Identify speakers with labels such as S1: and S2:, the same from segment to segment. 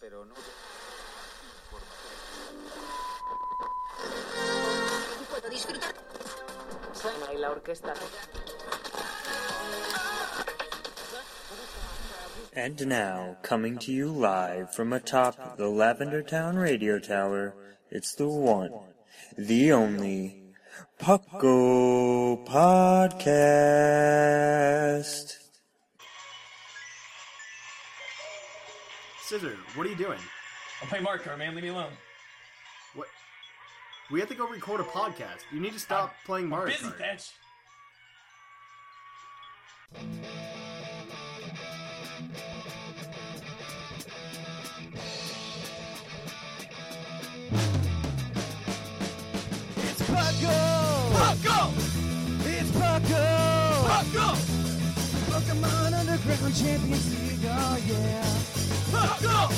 S1: pero no.
S2: puedo disfrutar.
S3: Suena ahí la orquesta.
S4: And now, coming to you live from atop the Lavender Town Radio Tower, it's the one, the only, Pucko Podcast.
S1: Scissor, what are you doing?
S5: I'm playing Mario Kart, man. Leave me alone.
S1: What? We have to go record a podcast. You need to stop playing Mario
S5: Busy,
S1: Kart.
S5: bitch.
S6: It's Paco! Paco! It's Paco! Paco! Pokemon Underground Champions League, oh yeah. Paco!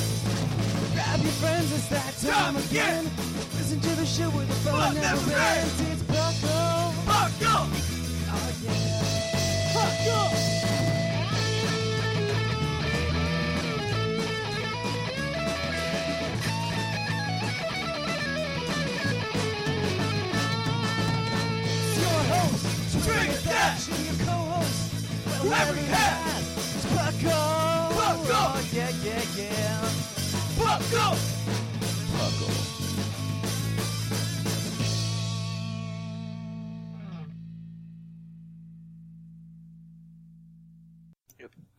S6: Grab your friends, it's that time again. Listen to the show with the fun never ends. It's Paco! Paco! Oh yeah. Paco! your host, Drink That, your co-host, whatever you have, it's Bucko. Bucko. Oh, yeah, yeah, yeah. Bucko. Bucko.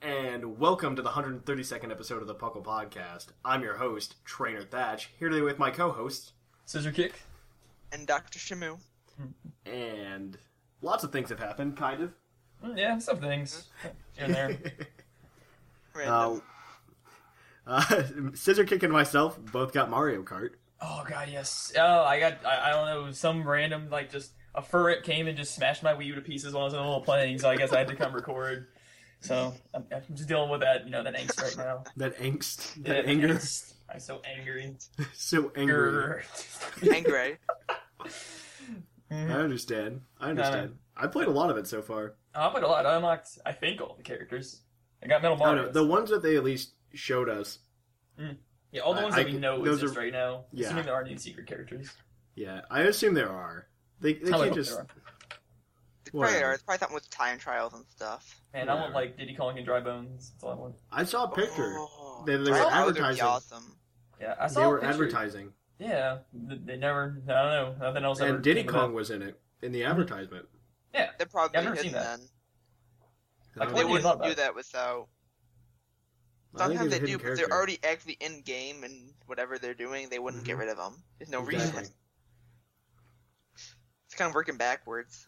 S1: And welcome to the 132nd episode of the Puckle Podcast. I'm your host, Trainer Thatch, here today with my co-hosts
S5: Scissor kick.
S7: and Dr. Shamu.
S1: and lots of things have happened, kind of.
S5: Mm, yeah, some things
S1: Mm-hmm.
S5: here and there.
S7: Random.
S1: Uh, Scissor Kick and myself both got Mario Kart.
S5: oh god, yes. Oh, I got. I, I don't know. Some random like just a ferret came and just smashed my Wii U to pieces while I was in the little playing. So I guess I had to come record. So I'm, I'm just dealing with that. You know that angst right now.
S1: That angst,
S5: Yeah,
S1: that anger,
S5: angst. I'm so angry.
S1: so angry.
S7: Angry.
S1: I understand. I understand. I played a lot of it so far.
S5: I played a lot. I unlocked. I think all the characters. I got Metal
S1: I don't know,
S5: Mario.
S1: the ones that they at least showed us.
S5: yeah, all the
S1: I-
S5: ones
S1: I
S5: that we
S1: can-
S5: know
S1: those
S5: exist
S1: are-
S5: right now.
S1: yeah.
S5: Assuming there aren't any secret characters.
S1: Yeah, I assume there are. They, they
S5: I
S1: can't
S5: hope
S1: just
S5: there are.
S7: Probably,
S1: Whatever.
S7: are. It's probably something with time trials and stuff.
S5: Man, I want like Diddy Kong and Dry Bones. That's all I want.
S1: I saw a picture.
S7: Oh,
S1: They- they were
S7: Trials would be
S1: advertising.
S7: awesome.
S5: Yeah, I saw.
S1: They
S5: a
S1: were
S5: picture.
S1: advertising,
S5: Yeah, th- they never. I don't know. Nothing else. ever
S1: and Diddy
S5: came of that.
S1: Kong was in it in the advertisement.
S5: Yeah,
S7: They're probably
S5: I've never
S7: hidden
S5: seen that.
S7: then.
S5: Like,
S1: Um,
S5: What do
S7: They
S5: you love
S7: wouldn't do
S5: about-
S7: that without.
S1: I think
S7: Sometimes
S1: it's a
S7: they do,
S1: hidden
S7: but they're
S1: character.
S7: already actually in game, and whatever they're doing, they wouldn't get rid of them. There's no reason.
S1: Mm-hmm. Exactly.
S7: It's kind of working backwards.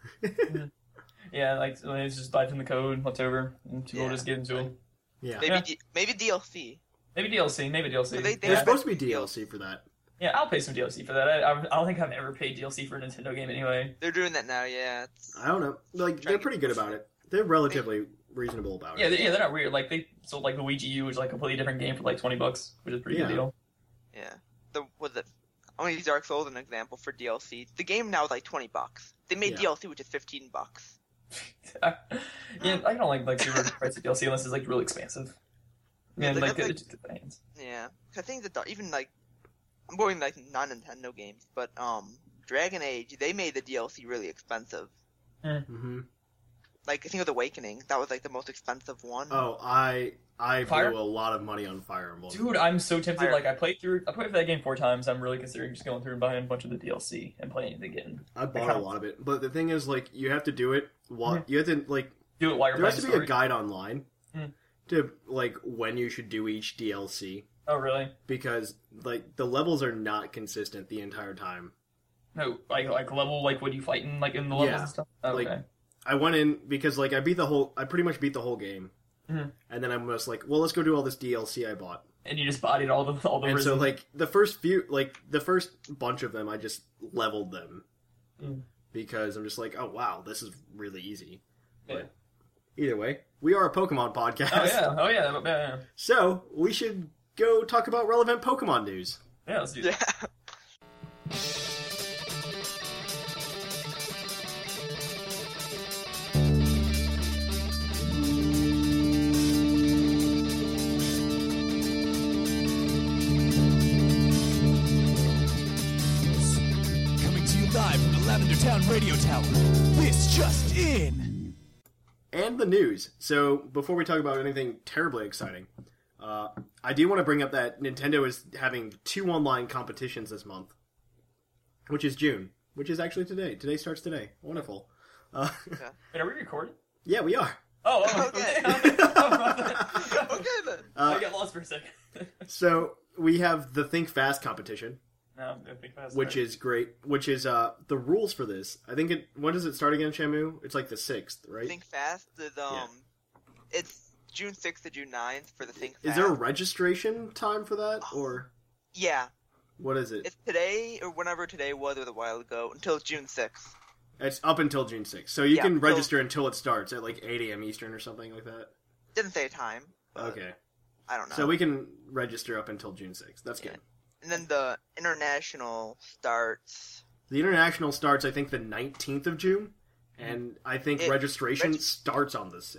S5: Yeah, like so it's just type in the code, what's over, and people
S7: Yeah.
S5: just give them to them.
S1: Yeah,
S7: Maybe
S5: Yeah.
S7: D- maybe DLC.
S5: Maybe DLC, maybe DLC.
S7: So they- they-
S1: there's
S7: Yeah.
S1: supposed to be DLC for that.
S5: yeah, I'll pay some DLC for that. I, I, I don't think I've ever paid DLC for a Nintendo game anyway.
S7: They're doing that now. Yeah. It's...
S1: I don't know. Like they're pretty good about it. They're relatively reasonable about
S5: Yeah,
S1: it.
S5: they, yeah, they're not weird. Like they sold like Luigi U, which is like a completely different game for like twenty bucks, which is a pretty
S1: Yeah.
S5: good deal.
S7: Yeah. The was it? I'm gonna use Dark Souls as an example for DLC. The game now is like twenty bucks. They made
S1: Yeah.
S7: DLC which is fifteen bucks.
S5: yeah, I don't like like super pricey DLC unless it's like really expansive. Yeah,
S7: they
S5: like,
S7: got,
S5: it-
S7: like-
S5: it just depends.
S7: Yeah, 'Cause I think that the, even like I'm going like non Nintendo games, but um, Dragon Age they made the DLC really expensive.
S1: hmm
S7: Like I think with Awakening that was like the most expensive one.
S1: Oh, I I
S5: Fire-
S1: blew a lot of money on Fire Emblem.
S5: Dude, I'm so tempted.
S7: Fire-
S5: Like I played through, I played through that game four times. I'm really considering just going through and buying a bunch of the DLC and playing it again.
S1: I bought a
S5: kinda-
S1: lot of it, but the thing is, like, you have to do it. While,
S5: Mm-hmm.
S1: You have to like.
S5: Do it while you're
S1: There has
S5: playing
S1: to be
S5: story.
S1: a guide online
S5: Mm.
S1: to like when you should do each DLC
S5: Oh really?
S1: because like the levels are not consistent the entire time.
S5: No, like like level like what you fighting like in the levels
S1: Yeah,
S5: and stuff. Okay.
S1: like- I went in because like I beat the whole I pretty much beat the whole game
S5: Mm-hmm.
S1: and then I'm just like, well, let's go do all this DLC I bought.
S5: and you just bodied all the all the
S1: And
S5: risen.
S1: so like the first few, like the first bunch of them, I just leveled them
S5: Mm.
S1: because I'm just like, oh wow, this is really easy.
S5: yeah.
S1: Either way, we are a Pokemon podcast,
S5: Oh yeah, oh yeah, yeah, yeah,
S1: so we should go talk about relevant Pokemon news.
S5: yeah. Let's do that.
S7: Yeah.
S6: Coming to you live from the Lavender Town Radio Tower. This just in.
S1: and the news. So before we talk about anything terribly exciting, uh, I do want to bring up that Nintendo is having two online competitions this month, which is June, which is actually today. Today starts today. Wonderful. Uh,
S5: Wait, are we recording?
S1: yeah, we are.
S5: Oh, oh
S7: Okay.
S5: okay. I
S7: Okay then.
S5: got
S1: Uh,
S5: lost for a second.
S1: So we have the Think Fast competition,
S5: no, I think that's
S1: which is great. Which is uh, the rules for this. I think it. When does it start again, Shamu? It's like the sixth, right?
S7: Think fast. Is, um, it's June sixth to June 9th for the Think Fast.
S1: Is there a registration time for that, or
S7: Yeah,
S1: what is it?
S7: it's today or whenever today was, or a while ago, until June sixth.
S1: It's up until June 6th. So you
S7: Yeah,
S1: can
S7: so-
S1: register until it starts at like 8 a.m. Eastern or something like that.
S7: Didn't say a time. but
S1: Okay.
S7: I don't know.
S1: So we can register up until June 6th. That's good.
S7: And then the international starts.
S1: The international starts, I think, the 19th of June. And I think
S7: Mm-hmm. It-
S1: registration
S7: reg-
S1: starts on the 6th.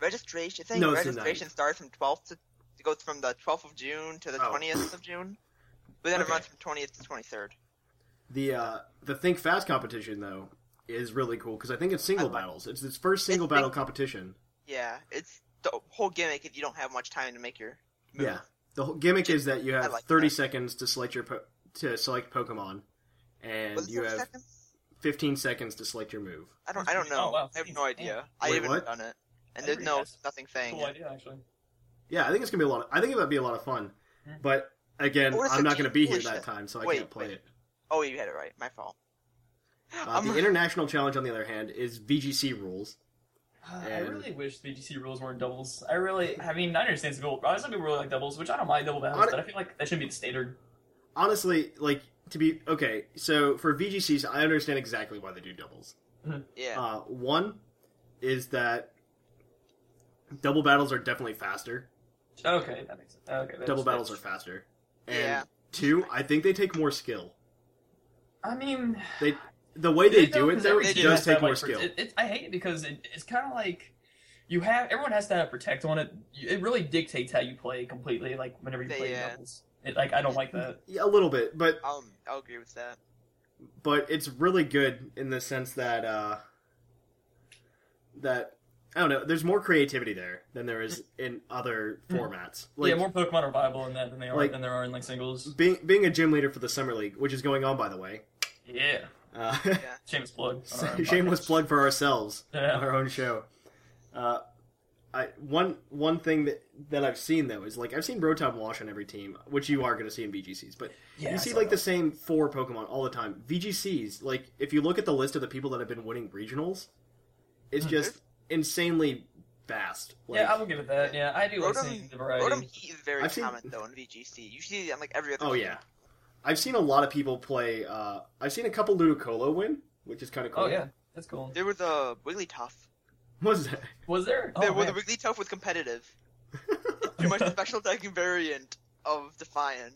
S7: Registration. I think
S1: No, it's the
S7: registration
S1: 9th.
S7: starts from twelfth to it goes from the twelfth of June to the
S1: Oh.
S7: twentieth of June. But then
S1: Okay.
S7: it runs from twentieth to twenty third.
S1: The uh, the Think Fast competition, though, is really cool because I think it's single battles. It's its first single
S7: It's
S1: battle
S7: big-
S1: competition.
S7: Yeah, it's the whole gimmick if you don't have much time to make your move.
S1: Yeah. The whole gimmick is that you have
S7: like
S1: 30
S7: that.
S1: seconds to select your po- to select Pokemon, and
S7: Was it
S1: you
S7: 30
S1: have
S7: seconds?
S1: 15 seconds to select your move.
S7: I don't. I don't know.
S5: Oh, wow.
S7: I have no idea. I
S1: Wait,
S7: haven't
S1: what?
S7: done it, and
S5: That's
S7: there's
S5: pretty
S7: no
S5: fast.
S7: nothing saying.
S5: cool
S7: it.
S5: idea actually.
S1: Yeah, I think it's gonna be a lot. Of, I think that'd be a lot of fun. But again,
S7: What if
S1: I'm
S7: it
S1: not
S7: can't
S1: gonna be here
S7: push
S1: that
S7: it?
S1: time, so I
S7: Wait,
S1: can't play
S7: wait.
S1: it.
S7: Oh, you had it right. My fault. Um,
S1: Uh, the
S7: I'm-
S1: international challenge, on the other hand, is VGC rules.
S5: I
S1: And-
S5: really wish the BGC rules weren't doubles. I really, I mean, I understand some people. Honestly, some people really like doubles, which I don't mind double battles,
S1: Hon-
S5: but I feel like that should be the standard.
S1: Honestly, like to be okay. So for VGCs, I understand exactly why they do doubles.
S7: Yeah.
S1: Uh, one is that double battles are definitely faster.
S5: Okay, that makes sense. Okay, that's-
S1: Double battles are
S5: that's-
S1: faster. And
S7: Yeah.
S1: two, I think they take more skill.
S5: I mean,
S1: They the way they, do it
S5: because
S1: though,
S5: every
S1: it
S5: team
S1: does
S5: has to
S1: take
S5: have, like,
S1: more
S5: prote-
S1: skill.
S5: It, it, I hate it because it, it's kind of like you have everyone has to have protect on it. You- It really dictates how you play completely. Like whenever you play
S7: Yeah.
S5: doubles, it, like I don't like that.
S1: Yeah, a little bit, but
S7: I'll, um, I'll agree with that.
S1: but it's really good in the sense that uh that I don't know, there's more creativity there than there is in other formats. Like
S5: Hmm. yeah, more Pokemon are viable in that than they are
S1: like-
S5: than there are in like singles.
S1: being being a gym leader for the summer league, which is going on by the way.
S5: Yeah,
S1: Uh
S5: shameless plug. on our own
S1: shameless
S5: podcast.
S1: plug for ourselves
S5: Yeah.
S1: on our own show. Uh I, one one thing that, that I've seen though is like I've seen Rotom Wash on every team, which you are going to see in VGCs, but
S5: Yeah,
S1: you
S5: I
S1: see
S5: saw
S1: like the
S5: that.
S1: same four Pokemon all the time. VGCs, like if you look at the list of the people that have been winning regionals, it's just insanely vast. Like,
S5: Hmm. yeah, I will give it that. Yeah, I do like seeing
S7: Rotom,
S5: the variety.
S7: Rotom Heat is very
S1: I've seen-
S7: common though in VGC. You see it on like every other.
S1: oh
S7: team.
S1: yeah, I've seen a lot of people play. Uh, I've seen a couple Ludicolo win, which is kind of cool.
S5: Oh yeah, that's cool.
S7: There was a Wigglytuff.
S1: was that?
S5: Was there? Oh,
S7: there was
S5: man.
S7: a Wigglytuff was competitive. Pretty much the special attack variant of Defiant.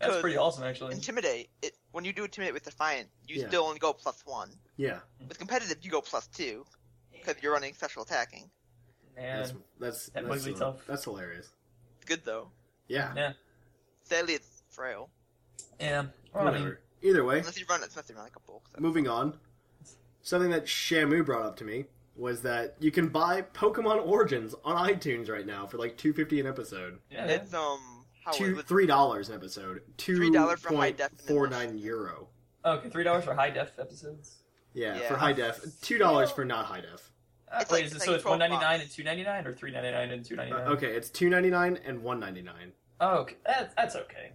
S5: That's
S7: because
S5: pretty awesome, actually.
S7: Intimidate. It when you do intimidate with Defiant, you
S1: Yeah.
S7: still only go plus one.
S1: Yeah,
S5: Hmm.
S7: With competitive, you go plus two because you're running special attacking.
S1: that's
S5: Man.
S1: that's
S5: That
S1: that's,
S5: Wigglytuff.
S1: hila- that's hilarious.
S7: It's good though.
S1: Yeah,
S5: Yeah.
S7: Sadly, it's frail
S5: Yeah. Well, I mean,
S1: whatever. Either way,
S7: unless you run it. Unless you run like a bulk. set.
S1: moving on. Something that Shamu brought up to me was that you can buy Pokemon Origins on iTunes right now for like two fifty an episode.
S5: yeah.
S7: It's um how
S1: two
S7: was it?
S1: three dollars an episode. Two
S7: $3 for high
S1: point four nine
S7: definition.
S1: euro.
S5: Okay, three dollars for high def episodes.
S1: Yeah,
S7: Yeah.
S1: for high def. Two dollars for not high def.
S5: Uh,
S7: It's
S5: wait,
S7: like-
S5: is it,
S7: it's
S5: so
S7: like
S5: it's
S7: 12
S5: one ninety nine
S7: bucks.
S5: and two ninety nine, or three ninety nine and two ninety
S1: Uh,
S5: nine?
S1: okay, it's two ninety nine and one ninety nine.
S5: Oh, okay. That's, that's okay.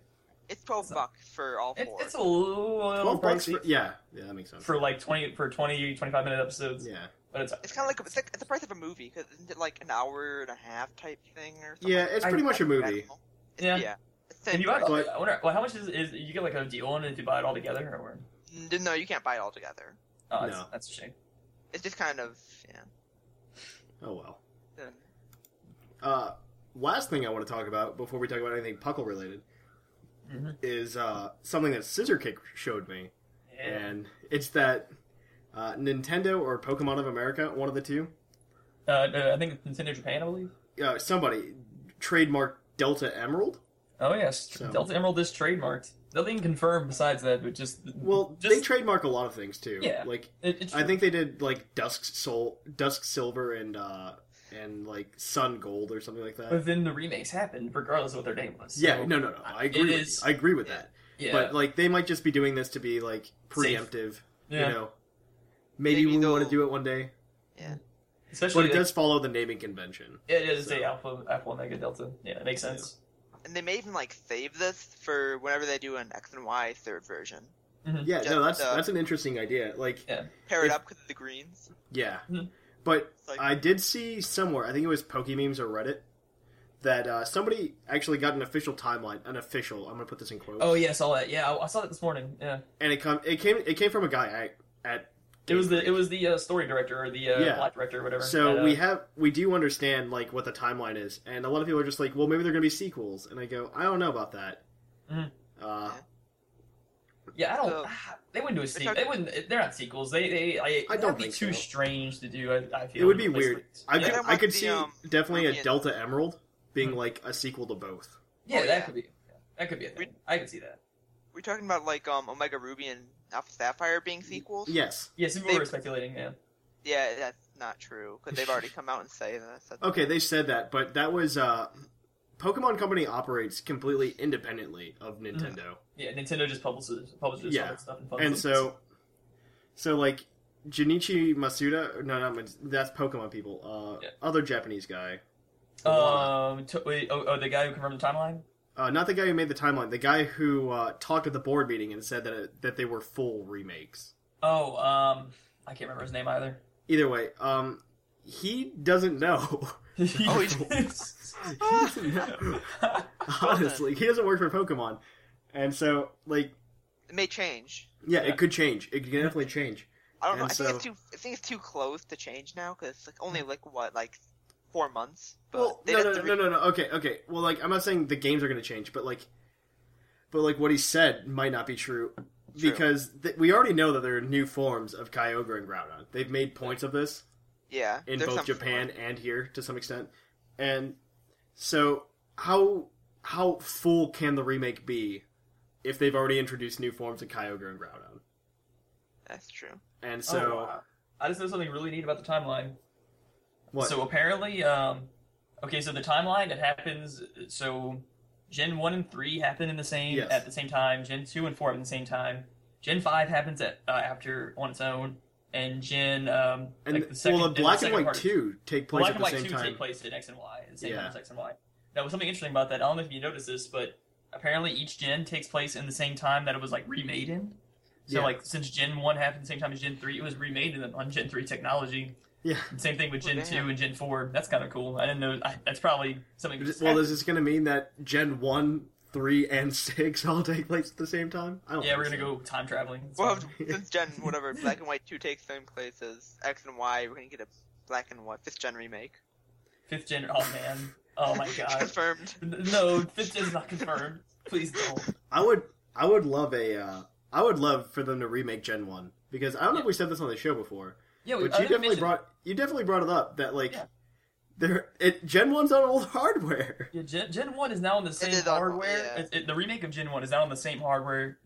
S7: It's twelve bucks for all
S5: It,
S7: four.
S5: it's a little
S1: Twelve bucks
S5: Oh, pricey
S1: for yeah, yeah, that makes sense.
S5: for like twenty for 20, 25 minute episodes.
S1: yeah,
S5: But it's
S7: It's kind of like it's like it's the price of a movie. Cause isn't it like an hour and a half type thing or something?
S1: Yeah, it's
S5: I-
S1: pretty much a
S7: I
S1: movie.
S7: don't know. It's-
S5: Yeah.
S7: yeah. It's the
S5: If
S7: same
S5: you buy,
S7: price.
S1: But-
S5: I wonder, well, how much is, is you get like a deal on it if you buy it all together, or
S7: N- No, you can't buy it all together.
S5: oh, that's,
S1: No.
S5: that's a shame.
S7: It's just kind of yeah.
S1: Oh well.
S7: Uh,
S1: Uh, last thing I want to talk about before we talk about anything puckle related
S5: Mhm.
S1: is uh, something that Scissor Kick showed me, and it's that uh, Nintendo or Pokemon of America, one of the two,
S5: Uh, no, I think Nintendo Japan, I believe.
S1: uh, somebody trademarked Delta Emerald.
S5: Oh yes,
S1: So-
S5: Delta Emerald is trademarked. Nothing confirmed besides that, but just
S1: Well,
S5: just,
S1: they trademark a lot of things too.
S5: Yeah.
S1: Like
S5: it, it's
S1: I think they did like Dusk Soul, Dusk Silver, and uh, and like Sun Gold or something like that.
S5: But then the remakes happened, regardless of what their name was.
S1: yeah,
S5: So,
S1: no, no, no. I
S5: it
S1: agree. With you.
S5: is-
S1: I agree with that.
S5: Yeah,
S1: But like they might just be doing this to be like
S5: Safe.
S1: preemptive.
S5: Yeah.
S1: You know, maybe,
S7: Maybe
S1: we want to
S7: they'll-
S1: do it one day.
S5: especially
S1: But it
S5: like-
S1: does follow the naming convention.
S5: Yeah, it is
S1: So-
S5: a alpha, alpha omega delta. Yeah, it makes sense.
S7: and they may even like save this for whenever they do an X and Y third version.
S1: Yeah,
S7: Just,
S1: no, that's
S7: uh,
S1: that's an interesting idea. Like,
S5: Yeah.
S7: Pair it
S1: If-
S7: up with the greens.
S1: yeah,
S5: Mhm.
S1: but
S7: It's like-
S1: I did see somewhere. I think it was Pokememes or Reddit that uh, somebody actually got an official timeline. An official. I'm gonna put this in quotes.
S5: Oh yeah, I saw that. Yeah, I, I saw that this morning. Yeah,
S1: and it come it came it came from a guy at, at
S5: it was the it was the uh, story director or the uh,
S1: Yeah.
S5: plot director or whatever.
S1: so
S5: that, uh,
S1: we have we do understand like what the timeline is and a lot of people are just like well maybe they're gonna be sequels and i go i don't know about that
S5: Mhm.
S1: uh,
S5: yeah, I don't.
S7: so-
S5: ah, they wouldn't do a sequel.
S7: not-
S5: They wouldn't. They're not sequels. They they. I,
S1: I don't
S5: that'd be
S1: think
S5: too
S1: so.
S5: strange to do. I, I feel
S1: it would
S5: to
S1: be
S5: replace
S1: weird
S5: it.
S1: i
S5: yeah,
S1: could,
S7: I
S1: I
S7: want
S1: could
S7: the,
S1: see
S7: um, Hmm.
S1: definitely a
S7: Ruby and-
S1: delta emerald being
S5: Mhm.
S1: like a sequel to both
S5: yeah,
S7: Oh,
S5: that
S7: yeah.
S5: could be. That could be a thing. I could see that.
S7: We're talking about like um Omega Ruby and Alpha Sapphire being sequels.
S1: yes
S5: Yeah, some people
S7: They-
S5: were speculating. Yeah,
S7: Yeah, that's not true because they've already come out and say that. That's-
S1: okay they said that but that was uh pokemon company operates completely independently of nintendo
S5: yeah. Nintendo just publishes publishes
S1: Yeah.
S5: all that stuff and
S1: and
S5: publishes.
S1: so, so like Junichi Masuda, no, not Mas- that's Pokemon people. Uh,
S5: Yeah.
S1: other Japanese guy,
S5: um, to, wait, oh, oh, the guy who confirmed the timeline.
S1: uh, not the guy who made the timeline, the guy who uh, talked at the board meeting and said that it, that they were full remakes.
S5: Oh, um, I can't remember his name either.
S1: Either way, um, he doesn't know.
S7: Oh,
S1: he doesn't know. Honestly, he doesn't work for Pokemon, and so like,
S7: It may change.
S1: yeah,
S5: Yeah.
S1: it could change. It could definitely change.
S7: I don't know. I
S1: And
S7: think it's
S1: so- Hmm.
S7: too. I think it's too close to change now because it's like only like what like four months. But
S1: Well,
S7: they'd
S1: no,
S7: have
S1: no,
S7: to
S1: no,
S7: re-
S1: no, no, no. Okay, okay. Well, like I'm not saying the games are going to change, but like, but like what he said might not be true because th- we already know that there are new forms of Kyogre and Groudon. They've made points of this
S7: Yeah,
S1: in
S7: there's
S1: both
S7: some-
S1: Japan and here to some extent, and so how how full can the remake be if they've already introduced new forms of Kyogre and Groudon?
S7: That's true.
S1: And so
S5: Oh, wow. I just know something really neat about the timeline.
S1: what?
S5: So apparently, um, okay, so the timeline it happens. So Gen one and three happen in the same
S1: Yes.
S5: at the same time. Gen two and four happen at the same time. Gen five happens at uh, after on its own, and Gen um,
S1: and
S5: like the second,
S1: well,
S5: and
S1: the black and
S5: second
S1: white
S5: part-
S1: two take place
S5: Black
S1: at
S5: and
S1: the
S5: White
S1: same
S5: 2
S1: time.
S5: take place in X and Y, at the same
S1: Yeah.
S5: time as X and Y. Now, something interesting about that, I don't know if you noticed this, but apparently each gen takes place in the same time that it was, like, remade in. So,
S1: Yeah.
S5: like, since Gen 1 happened the same time as Gen 3, it was remade in, on Gen 3 technology.
S1: Yeah.
S5: And same thing with Gen
S7: Well,
S5: 2
S7: Oh, damn.
S5: and Gen 4. That's kind of cool. I didn't know. I, that's probably something. that just
S1: Well,
S5: happened.
S1: is this going to mean that Gen 1, 3, and 6 all take place at the same time? I don't
S5: yeah,
S1: think
S5: we're going to
S1: so.
S5: go time traveling. It's
S7: Well,
S5: fine.
S7: since Gen whatever Black and White two takes same place as X and Y, we're gonna get a Black and White fifth Gen remake.
S5: fifth gen. Oh, man. Oh, my God.
S7: Confirmed.
S5: no, fifth gen's not confirmed. Please don't.
S1: I would, I would love a, uh, I would love for them to remake Gen 1. Because I don't know if we said this on the show before,
S5: Yeah, we,
S1: but
S5: Oh, I
S1: you
S5: think we
S1: definitely
S5: mentioned-
S1: brought, you definitely brought it up that, like,
S5: Yeah.
S1: there, it, Gen 1's on old hardware.
S5: Yeah, Gen, Gen One is now on the same
S7: is on-
S5: hardware.
S7: yeah.
S5: It- it- the remake of Gen One is now on the same hardware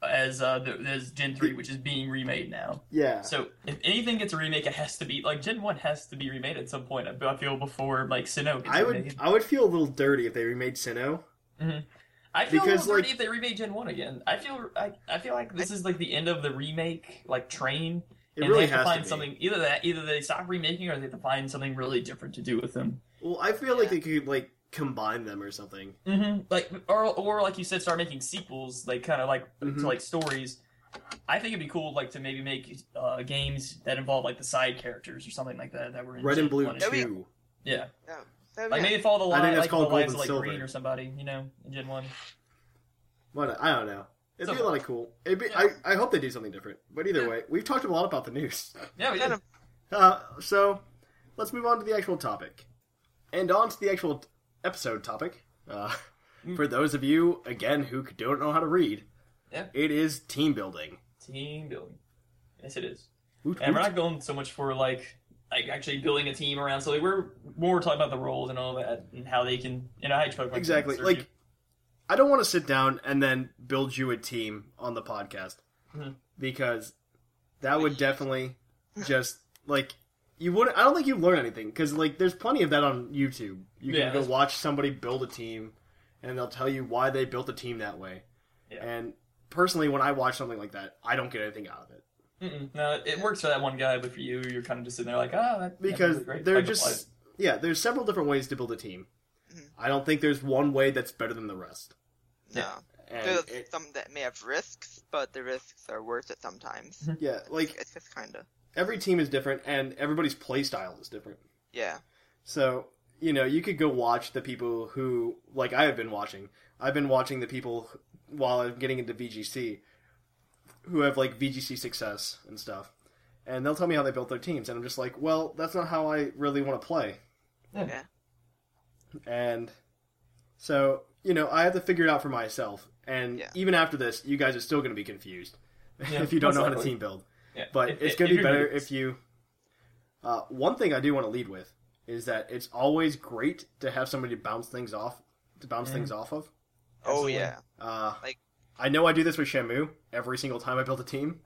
S5: as uh, the, as Gen Three, which is being remade now.
S1: Yeah.
S5: So if anything gets a remake, it has to be like Gen One has to be remade at some point. I I feel before like Sinnoh. Gets
S1: I would,
S5: remade.
S1: I would feel a little dirty if they remade Sinnoh.
S5: I feel
S1: because,
S5: because, dirty
S1: like-
S5: if they remade Gen One again. I feel I, I feel like this is like the end of the remake like train.
S1: It
S5: and
S1: really
S5: they
S1: has
S5: have to find
S1: be.
S5: something either that either they stop remaking or they have to find something really different to do with them.
S1: Well, I feel like they could, like, combine them or something.
S5: hmm Like or or like you said, start making sequels, like kind of like
S1: Mhm.
S5: to like stories, I think it'd be cool, like to maybe make uh, games that involve like the side characters or something like that that were in
S1: Red and Blue
S5: Punisher.
S7: That'd be-
S1: Two.
S5: Yeah,
S7: No, that'd be
S5: like
S7: nice.
S5: maybe follow the
S1: I
S5: line,
S1: think that's
S5: like the
S1: called
S5: lives
S1: Gold
S5: of,
S1: and
S5: like
S1: Silver.
S5: Green or somebody, you know, in Gen One.
S1: What I don't know. It'd be
S5: So-
S1: a lot of cool. It'd be,
S5: Yeah.
S1: I, I hope they do something different. But either way, we've talked a lot about the news.
S5: Yeah, we
S7: Kind
S5: did.
S7: of-
S1: Uh, so let's move on to the actual topic, and on to the actual t- episode topic. Uh,
S5: Mm.
S1: for those of you again who c- don't know how to read,
S5: Yeah.
S1: it is team building.
S5: Team building. Yes, it is.
S1: Woot,
S5: And we're
S1: woot.
S5: not going so much for like like actually building a team around. So like we're more talking about the roles and all that and how they can you know how each Pokemon can
S1: Exactly.
S5: serve
S1: Like,
S5: you.
S1: I don't want to sit down and then build you a team on the podcast
S5: Mhm.
S1: because that would definitely just like you wouldn't. I don't think you learn anything because like there's plenty of that on YouTube. You
S5: Yeah,
S1: can go
S5: that's-
S1: watch somebody build a team, and they'll tell you why they built the team that way.
S5: Yeah.
S1: And personally, when I watch something like that, I don't get anything out of it
S5: Mm-mm. no, it works for that one guy, but for you, you're kind of just sitting there like, ah, that,
S1: because
S5: that's great. I
S1: they're
S5: can apply it.
S1: just yeah. There's several different ways to build a team. I don't think there's one way that's better than the rest.
S7: no.
S1: And
S7: There's
S1: it-
S7: some that may have risks, but the risks are worth it sometimes.
S1: yeah, like
S7: it's just kind of
S1: every team is different and everybody's play style is different.
S7: yeah.
S1: So, you know, you could go watch the people who, like I have been watching, I've been watching the people who- while I'm getting into VGC who have, like, VGC success and stuff. And they'll tell me how they built their teams. And I'm just like, well, that's not how I really want to play.
S7: Yeah.
S1: And so, you know, I have to figure it out for myself. And
S7: Yeah.
S1: even after this, you guys are still going to be confused
S5: Yeah,
S1: if you don't
S5: most
S1: know how to
S5: likely.
S1: team build.
S5: Yeah.
S1: But
S5: If-
S1: it's
S5: if-
S1: going to
S5: if
S1: be
S5: you're
S1: better
S5: good at
S1: if you. Uh, one thing I do want to lead with is that it's always great to have somebody to bounce things off, to bounce
S5: Mm-hmm.
S1: things off of.
S7: Oh
S5: Absolutely.
S7: yeah.
S1: Uh,
S7: Like-
S1: I know I do this with Shamu every single time I build a team.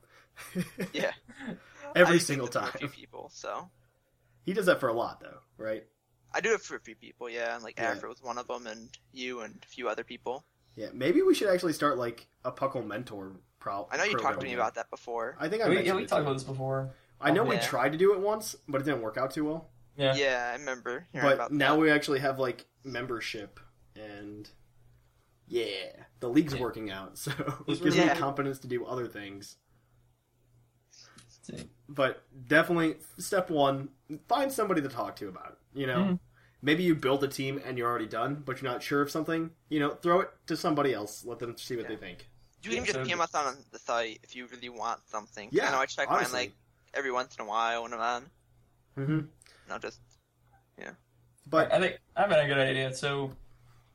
S7: Yeah. I
S1: Every
S7: just did
S1: single
S7: it for A few
S1: time.
S7: people, so
S1: He does that for a lot, though, right?
S7: I do it for a few people. Yeah, and like
S1: Yeah.
S7: Afro was one of them, and you and a few other people.
S1: Yeah. Maybe we should actually start like a Puckle mentor. Pro-
S7: I know you
S1: program
S7: talked to me
S1: again.
S7: about that before.
S1: I think I
S5: we,
S1: mentioned
S5: yeah, we
S1: it
S5: talked
S1: too.
S5: about this before.
S1: I know we
S7: Yeah.
S1: tried to do it once, but it didn't work out too well.
S5: Yeah,
S7: yeah, I remember. hearing
S1: but
S7: about
S1: now
S7: that.
S1: we actually have like membership and yeah, the league's working out, so it gives
S7: Yeah.
S1: me confidence to do other things.
S5: See.
S1: But definitely, step one: find somebody to talk to about it. You know, maybe you build a team and you're already done, but you're not sure of something. You know, throw it to somebody else. Let them see what they think.
S7: you can
S5: yeah,
S7: just
S5: so-
S7: PM us on the site if you really want something.
S1: Yeah,
S7: I know I check
S1: honestly.
S7: mine like every once in a while when I'm on,
S1: hmm
S7: and I'll just
S1: But
S5: I think I've had a good idea. So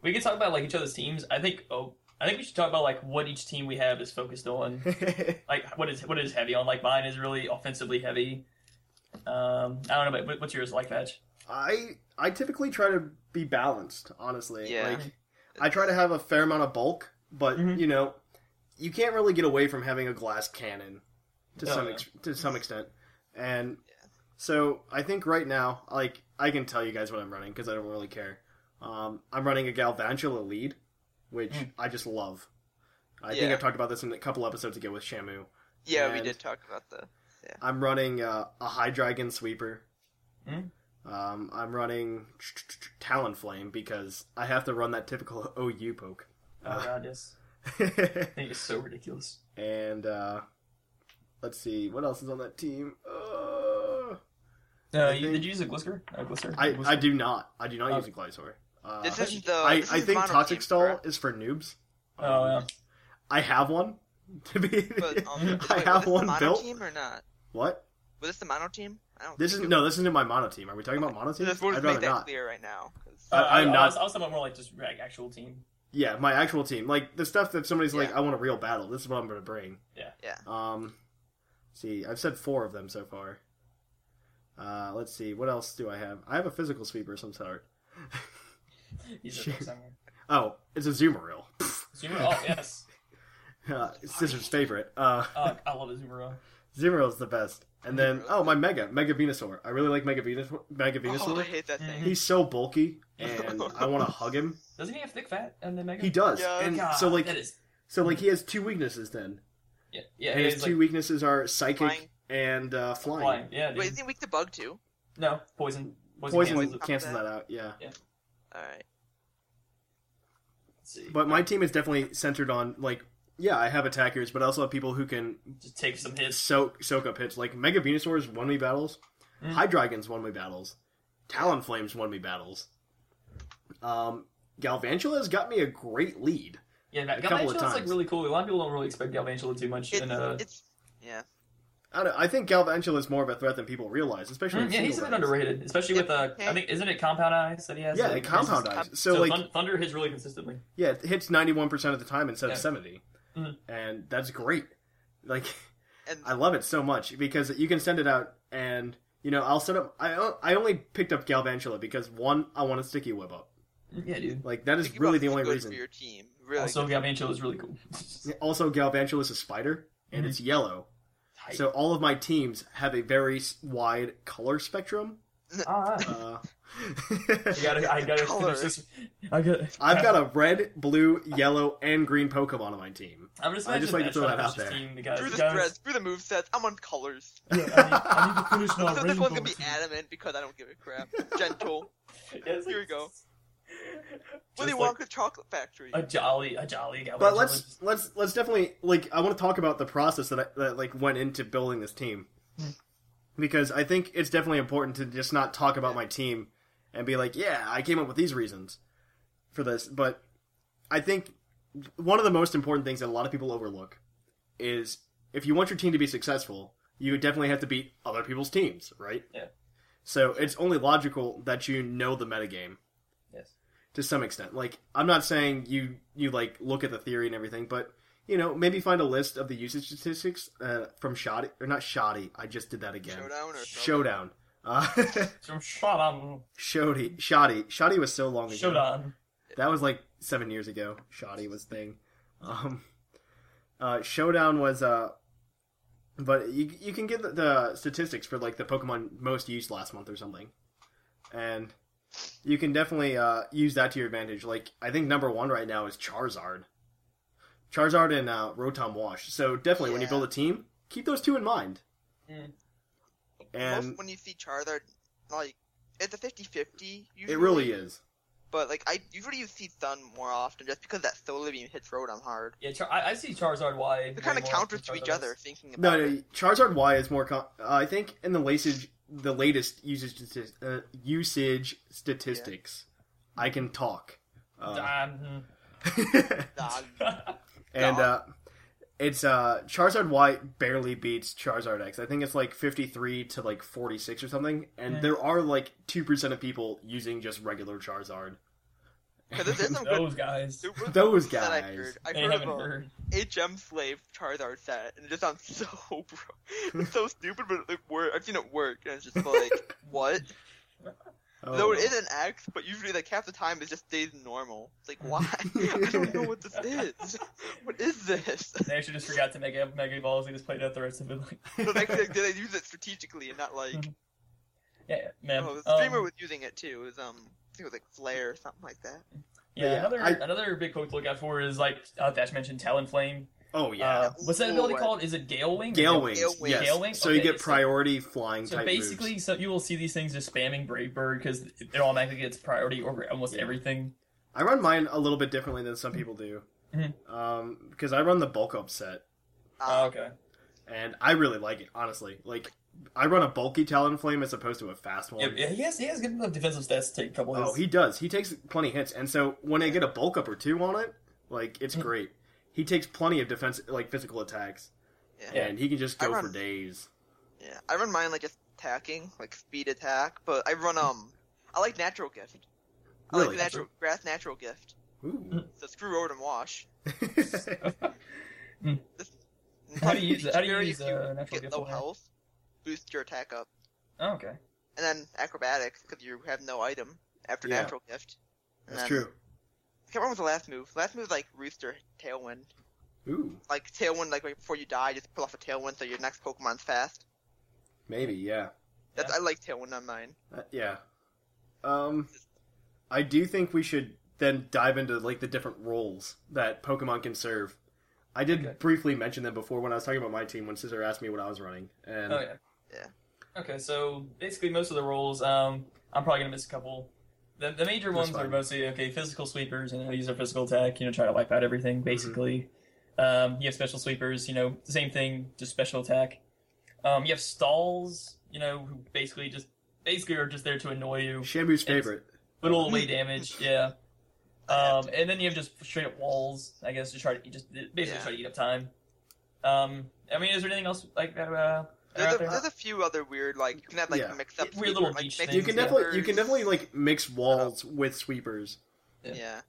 S5: we can talk about like each other's teams. I think oh, I think we should talk about like what each team we have is focused on. like what is what is heavy on? Like mine is really offensively heavy. Um, I don't know, but what- what's yours like, Fetch?
S1: I I typically try to be balanced, honestly.
S7: Yeah.
S1: Like I try to have a fair amount of bulk, but
S5: Mhm.
S1: you know, you can't really get away from having a glass cannon to
S5: No,
S1: some
S5: no.
S1: ex- to some extent. And so I think right now, like I can tell you guys what I'm running because I don't really care. Um, I'm running a Galvantula lead, which I just love. I think
S7: Yeah.
S1: I've talked about this in a couple episodes ago with Shamu.
S7: yeah, we
S1: And-
S7: did talk about the
S1: I'm running uh, a High Dragon Sweeper.
S5: Hmm.
S1: Um, I'm running Talonflame because I have to run that typical OU poke.
S5: Oh god, yes. I think it's so ridiculous.
S1: and uh, let's see, what else is on that team? Uh,
S5: Uh,
S1: I
S5: you,
S1: think-
S5: did you use a Glisker? A Glister?
S1: I,
S5: Glister?
S1: I do not. I do not use a
S5: Okay.
S1: Glysaur. Uh,
S7: This isn't the.
S1: I,
S7: this
S1: I
S7: is
S1: think
S7: mono
S1: Toxic
S7: team,
S1: Stall
S7: correct?
S1: is for noobs. Um,
S5: Oh yeah.
S1: I have one. To be,
S7: But, um, wait,
S1: I
S7: was
S1: have
S7: this the
S1: one
S7: mono
S1: built.
S7: Team or not?
S1: What?
S7: Was this the mono team? I don't.
S1: This
S7: think
S1: is
S7: it
S1: no. This isn't my mono team. Are we talking about mono
S7: So
S1: teams?
S7: just, we'll
S1: I'd
S7: just
S1: rather
S7: make that
S1: not.
S7: clear right now. 'cause-
S1: Uh, I'm
S5: I,
S1: not-
S5: I was, I was talking about more like just like, actual team.
S1: Yeah, my actual team. Like the stuff that somebody's like,
S7: Yeah.
S1: I want a real battle. This is what I'm going to bring.
S5: Yeah.
S7: Yeah.
S1: Um, let's see, I've said four of them so far. Uh, let's see, what else do I have? I have a physical sweeper of some sort.
S5: He's
S1: Sure.
S5: there somewhere.
S1: Oh, it's a Zoomeril.
S5: Zoomer. Oh yes.
S1: Uh, it's Scissor's favorite. Uh,
S5: Oh, I love a Zoomer.
S1: Zoomeril's the best. And then, oh, my Mega, Mega Venusaur. I really like Mega, Venus, Mega
S7: oh, I
S1: Venusaur.
S7: hate that thing.
S1: He's so bulky, and I want to hug him.
S5: Doesn't he have thick fat and the mega?
S1: He does.
S7: Yeah.
S1: and
S5: God,
S1: so, like,
S5: that is
S1: so like he has two weaknesses then.
S5: yeah yeah.
S1: And
S5: he
S1: his
S5: is,
S1: two
S5: like,
S1: weaknesses are psychic
S7: Flying.
S1: and uh,
S5: flying. Yeah. Dude.
S7: Wait, is he weak to bug too?
S5: No poison. Poison.
S1: Poison
S5: cancels it.
S1: cancels that out, yeah.
S7: All right.
S5: Let's see.
S1: But my team is definitely centered on like Yeah, I have attackers, but I also have people who can
S5: Just take some hits.
S1: soak soak up hits. Like Mega Venusaur's one way battles,
S5: Mm.
S1: Hydreigon's one way battles, Talonflame's one way battles. Um, Galvantula's got me a great lead.
S5: Yeah, that
S1: couple of
S5: Galvantula's like
S1: times.
S5: really cool. A lot of people don't really expect Galvantula too much.
S7: It's,
S5: and, uh,
S7: it's yeah.
S1: I, don't, I think Galvantula's more of a threat than people realize, especially. in
S5: Mm, Hmm, yeah, he's a
S1: single
S5: bit
S1: battles.
S5: underrated, especially with uh, I think isn't it Compound Eyes that he has?
S1: Yeah,
S5: Like,
S1: they compound
S5: his-
S1: eyes.
S7: com-
S1: So, like,
S5: Thun- Thunder hits really consistently.
S1: yeah, it hits ninety one percent of the time instead of
S5: Yeah.
S1: seventy,
S5: Mhm.
S1: and that's great. Like,
S7: And
S1: I love it so much because you can send it out, and you know, I'll set up. I o- I only picked up Galvantula because one, I want a sticky whip up.
S5: Yeah, dude.
S1: Like that is
S7: Think
S1: really
S7: about
S1: the
S7: who's
S1: only
S7: good
S1: reason.
S7: for your team. Mm, Really,
S5: also,
S7: good.
S5: Galvantula is really cool.
S1: Also, Galvantula is a spider, and it's yellow. So all of my teams have a very s- wide color spectrum.
S5: Ah,
S1: Uh,
S5: I gotta, I gotta
S7: Color.
S5: finish this. I gotta,
S1: I've got a red, blue, yellow, and green Pokemon on my team.
S5: I'm just
S1: I just
S5: imagining
S1: like to throw
S5: Ashton
S1: that
S5: is
S1: out
S5: just
S1: there.
S5: team, the guys,
S7: through the
S5: guys-
S7: threads, through the movesets, I'm on colors.
S5: Yeah, I, need, I need to finish my
S7: so this one's gonna be
S5: rainbow.
S7: adamant because I don't give a crap. Gentle.
S5: Yes,
S7: Here we go.
S5: Just
S7: Willy
S5: like
S7: Wonka Chocolate Factory.
S5: A jolly, a jolly Galvantula.
S1: But let's let's let's definitely like I want to talk about the process that I, that like went into building this team because I think it's definitely important to just not talk about my team and be like, yeah, I came up with these reasons for this. But I think one of the most important things that a lot of people overlook is if you want your team to be successful, you definitely have to beat other people's teams, right?
S5: Yeah.
S1: So it's only logical that you know the metagame
S5: Yes.
S1: to some extent. Like I'm not saying you you like look at the theory and everything, but you know maybe find a list of the usage statistics uh, from Shoddy or not Shoddy. I just did that again.
S7: Showdown or
S1: Showdown. Uh,
S5: From Shodan.
S1: Shoddy. Shoddy. Shoddy was so long ago.
S5: Shodan.
S1: That was like seven years ago. Shoddy was thing. Um, uh, Showdown was uh, but you you can get the, the statistics for like the Pokemon most used last month or something, and you can definitely uh use that to your advantage. Like I think number one right now is Charizard, Charizard and uh, Rotom Wash. So definitely when you
S7: Yeah.
S1: build a team, keep those two in mind.
S5: Mm.
S1: And
S7: Most when you see Charizard, like it's a 50-50 usually.
S1: it really is.
S7: But like I usually you see Thun more often just because that solar beam hits Rotom hard.
S5: Yeah, Char- I, I see Charizard wide.
S7: They're kind
S5: way
S7: of
S5: more
S7: counter
S5: than
S7: to each
S5: Charizard
S7: other
S5: is.
S7: thinking
S1: No,
S7: about
S1: no,
S7: it.
S1: Charizard Y is more. Com- uh, I think in the latest, the latest usage stati- uh, usage statistics, I can talk, uh,
S5: Um,
S7: Nah,
S1: and uh, it's uh, Charizard Y barely beats Charizard X. I think it's like fifty three to like forty six or something, and
S5: Hmm.
S1: there are like two percent of people using just regular Charizard.
S7: 'cause there's- there's some good
S5: those guys.
S7: super
S1: Those
S7: that I
S1: guys.
S7: heard. I
S5: They
S7: heard
S5: haven't
S7: of a
S5: heard.
S7: HM slave Charizard set, and it just sounds so bro. It's so stupid, but it work. I've seen it work, and it's just like what?
S1: Oh,
S7: Though it
S1: well.
S7: is an X, but usually like half the time it just stays normal. It's like why? I don't know what this is. What is this?
S5: They actually just forgot to make Mega Mega Evolves. They just played out the rest of it. Like,
S7: so like, did they use it strategically and not like?
S5: yeah, yeah, man.
S7: Oh, the streamer
S5: Um,
S7: was using it too. It was um, I think it was like Flare or something like that.
S5: yeah,
S1: Yeah,
S5: another
S1: I-
S5: another big poke to look out for is like uh, Dash mentioned Talonflame.
S1: oh yeah,
S5: Uh, what's that
S7: Ooh,
S5: ability
S7: what?
S5: called? Is it Gale Wing?
S1: Gale wings.
S7: Gale wings.
S1: Yes.
S5: Gale wings?
S1: So you
S5: Okay,
S1: get
S5: so-
S1: priority flying
S5: So
S1: type
S5: basically,
S1: moves.
S5: so you will see these things just spamming Brave Bird because it automatically gets priority over almost everything.
S1: I run mine a little bit differently than some people do, because
S5: Mhm.
S1: I run the bulk up set.
S7: Ah.
S5: Oh,
S7: Um,
S5: okay.
S1: and I really like it, honestly. Like, I run a bulky Talonflame as opposed to a fast one.
S5: Yeah, yeah, he has he has good enough defensive stats to take a couple hits.
S1: Oh, he does. He takes plenty hits, and so when I get a bulk up or two on it, like
S7: Hmm.
S1: it's great. He takes plenty of defense, like physical attacks,
S7: Yeah.
S1: and he can just go
S7: I run-
S1: for days.
S7: Yeah, I run mine like just attacking, like speed attack. But I run um, I like natural gift. I
S1: Really?
S7: like natural grass natural gift.
S1: Ooh.
S7: So screw road and wash.
S5: How do you use- how do you
S7: Fury,
S5: use,
S7: if
S5: uh, natural
S7: get
S5: gift
S7: low
S5: on that?
S7: health? Boost your attack up,
S5: Oh, okay.
S7: and then acrobatics because you have no item after
S1: Yeah.
S7: natural gift. And
S1: That's
S7: then-
S1: true.
S7: I can't remember the last move. Last move was like rooster tailwind.
S1: Ooh,
S7: Like tailwind, like right before you die, just pull off a tailwind so your next Pokemon's fast.
S1: maybe, yeah,
S7: That's, I like tailwind on mine.
S1: Uh, yeah. Um, I do think we should then dive into like the different roles that Pokemon can serve. I did
S5: Okay.
S1: briefly mention them before when I was talking about my team when Scissor asked me what I was running, and
S5: Oh yeah.
S7: Yeah.
S5: Okay, so basically most of the roles, um, I'm probably gonna miss a couple. The, the major
S1: That's
S5: ones
S1: fine.
S7: Mm-hmm.
S5: are mostly okay, physical sweepers and how to use their physical attack, you know, try to wipe out everything basically. Um, you have special sweepers, you know, same thing, just special attack. Um, you have stalls, you know, who basically just basically are just there to annoy you.
S1: Shamu's favorite.
S5: Little away damage, yeah. Um, and then you have just straight up walls, I guess, to try to just basically
S7: Yeah.
S5: try to eat up time. Um, I mean, is there anything else like that? Uh,
S7: There's a,
S5: out there?
S7: there's a few other weird like you can have like
S1: Yeah.
S7: mixed up
S5: Weird little
S7: like,
S5: beach
S7: mixed
S5: things,
S1: You can
S5: Yeah.
S1: definitely you can
S7: sweepers.
S1: definitely like
S5: Oh.
S1: mix walls with sweepers
S5: yeah.
S7: yeah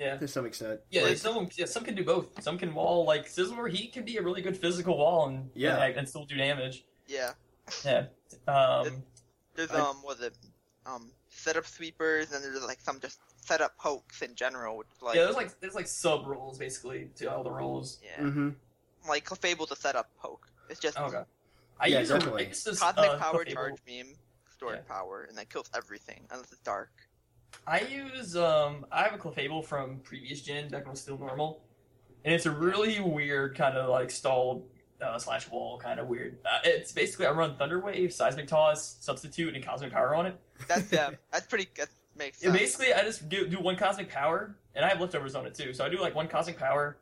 S5: yeah.
S1: to some extent.
S5: Yeah,
S7: Like-
S5: some yeah, some can do both. Some can wall like Sizzler. He can be a really good physical wall and
S1: Yeah.
S5: and, and still do damage.
S7: yeah
S5: Yeah. Um,
S7: there's
S5: I-
S7: um was it um setup sweepers and there's like some just setup pokes in general which, like
S5: yeah, there's like there's like sub roles basically to all the roles.
S7: yeah
S1: Mm-hmm.
S7: like Clefable's a setup poke it's just
S5: Oh god. I
S1: Yeah,
S5: use a, I
S1: definitely.
S5: use this,
S7: cosmic
S5: uh,
S7: power
S5: Clefable.
S7: charge beam stored
S5: Yeah.
S7: power and that kills everything unless it's dark
S5: I use um I have a Clefable from previous gen back when it was still normal, and it's a really weird kind of like stalled uh, slash wall kind of weird. Uh, it's basically I run Thunder Wave, Seismic Toss, Substitute, and Cosmic Power on it.
S7: that's yeah that's pretty that makes
S5: Yeah,
S7: sense
S5: basically, I just do, do one cosmic power, and I have leftovers on it too. So I do like one cosmic power,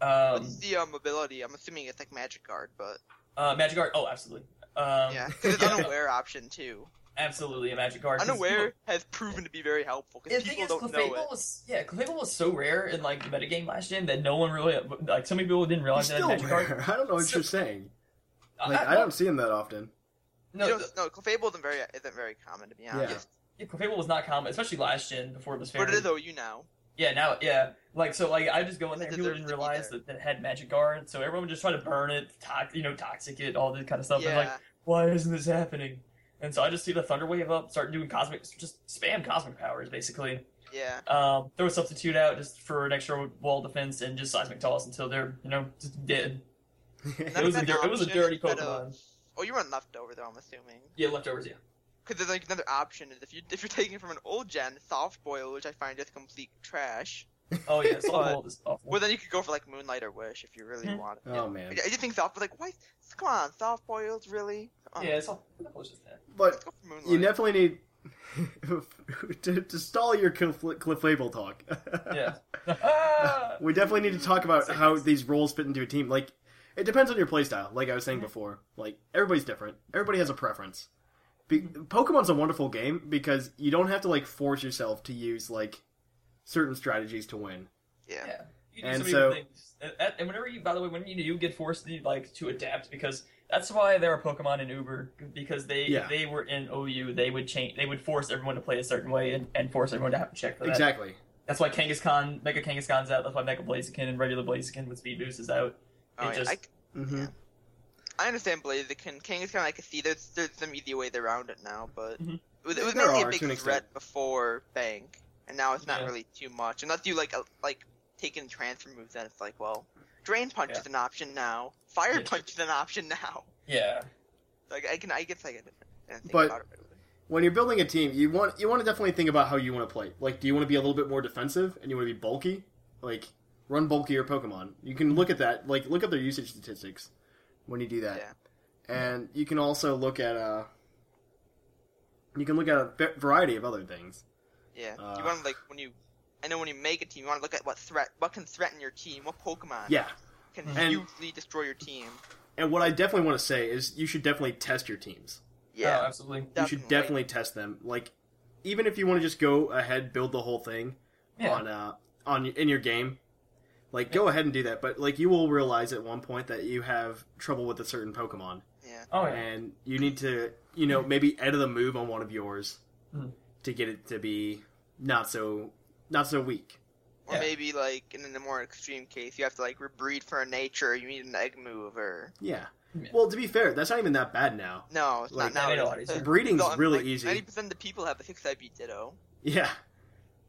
S5: um,
S7: What's the um, ability? I'm assuming it's like Magic Guard, but
S5: uh, magic guard. Oh, absolutely. Um,
S7: yeah, 'Cause it's unaware option too.
S5: absolutely a magic guard. 'cause
S7: Unaware
S5: people-
S7: has proven to be very helpful
S5: The
S7: because
S5: thing
S7: people
S5: is,
S7: don't know it.
S5: Clefable was yeah, Clefable was so rare in like the metagame last gen that no one really like so many people didn't
S1: He's
S5: realize that
S1: still
S5: magic guard.
S1: rare. I don't know what
S5: So-
S1: you're saying. Like I don't see him that often.
S7: No,
S5: no,
S7: you don't, no, Clefable isn't very isn't very common to be honest.
S1: Yeah.
S5: yeah, Clefable was not common, especially last gen before it was fair.
S7: But it is OU now.
S5: Yeah, now, yeah. Like, so, like, I just go in
S7: It
S5: there, people
S7: deserves
S5: didn't
S7: to be
S5: realize
S7: there.
S5: that, that it had magic guard, so everyone just tried to burn it, tox- you know, toxic it, all this kind of stuff. And, like,
S7: Yeah.
S5: why isn't this happening? And so I just see the thunder wave up, start doing cosmic, just spam cosmic powers, basically.
S7: Yeah,
S5: Um, throw a substitute out just for an extra wall defense and just seismic toss until they're, you know, just dead. It was, a, dir- it was a
S7: option
S5: dirty
S7: instead
S5: Pokemon.
S7: of- Oh, you run leftover though. I'm assuming
S5: Yeah, leftovers, yeah.
S7: because there's like another option is if you if you're taking from an old gen soft boil, which I find just complete trash.
S5: Oh, yeah, so
S7: But-
S5: wall is awful.
S7: Well, then you could go for like Moonlight or Wish if you really
S5: Hmm.
S7: want. it.
S1: Oh man.
S7: I just think soft like why? Come on, soft boils really? Come on,
S5: yeah, it's all, it was just that.
S1: But
S7: let's go for Moonlight.
S1: you definitely need to, to stall your Cliff Cliff Label talk.
S5: Yeah. Ah!
S1: We definitely need to talk about how these roles fit into a team. Like, it depends on your playstyle, like I was saying before. Like, everybody's different. Everybody has a preference. Be- Pokemon's a wonderful game because you don't have to, like, force yourself to use, like, certain strategies to win.
S7: yeah.
S5: Yeah. You do
S1: And
S5: many
S1: so-
S5: things. And- and- and whenever you, by the way, when you do get forced to like to adapt, because that's why there are Pokemon in Uber, because they
S1: Yeah.
S5: if they were in OU, they would change, they would force everyone to play a certain way and, and force everyone to have to check for that.
S1: Exactly.
S5: That's why Kangaskhan, Mega Kangaskhan's out. That's why Mega Blaziken and regular Blaziken with Speed Boost is out. It
S7: Oh, yeah.
S5: just-
S7: I,
S1: hmm
S7: I understand Blaziken. King is kind of like a see. There's there's some easy ways around it now, but
S5: Mhm.
S7: it was, it was
S1: There
S7: mainly
S1: are,
S7: a big
S1: to an
S7: threat
S1: extent.
S7: before Bank, and now it's not
S5: Yeah.
S7: really too much. Unless you like a, like taking transfer moves, then it's like well, Drain Punch
S5: Yeah.
S7: is an option now. Fire
S5: Yeah.
S7: Punch is an option now.
S5: Yeah.
S7: Like I can I guess I can. I didn't think
S1: But-
S7: about it. Really.
S1: When you're building a team, you want you want to definitely think about how you want to play. Like, do you want to be a little bit more defensive and you want to be bulky? Like, run bulkier Pokemon. You can look at that. Like, look at their usage statistics when you do that.
S7: Yeah.
S1: and you can also look at uh you can look at a va- variety of other things
S7: Yeah,
S1: Uh,
S7: you want to like when you. I know when you make a team, you want to look at what threat, what can threaten your team, what Pokemon
S1: yeah
S7: can
S1: And-
S5: Mm-hmm.
S7: hugely destroy your team.
S1: and what i definitely want to say is you should definitely test your teams
S5: Oh,
S7: Yeah,
S5: absolutely.
S1: you should definitely test them like even if you want to just go ahead build the whole thing
S5: Yeah.
S1: on uh on in your game like go ahead and do that but like you will realize at one point that you have trouble with a certain pokemon
S7: Yeah,
S5: Oh yeah.
S1: and you need to you know maybe edit a move on one of yours
S5: Mhm.
S1: to get it to be not so not so weak
S7: Or
S5: Yeah.
S7: maybe like in the more extreme case, you have to like rebreed for a nature. You need an egg move or
S1: Yeah.
S5: Yeah.
S1: Well, to be fair, that's not even that bad now.
S7: no, it's
S1: Like,
S5: that
S7: not
S5: made a
S7: now.
S5: lot of sense.
S1: Breeding's really easy.
S7: Ninety percent of the people have a six IV Ditto.
S1: Yeah.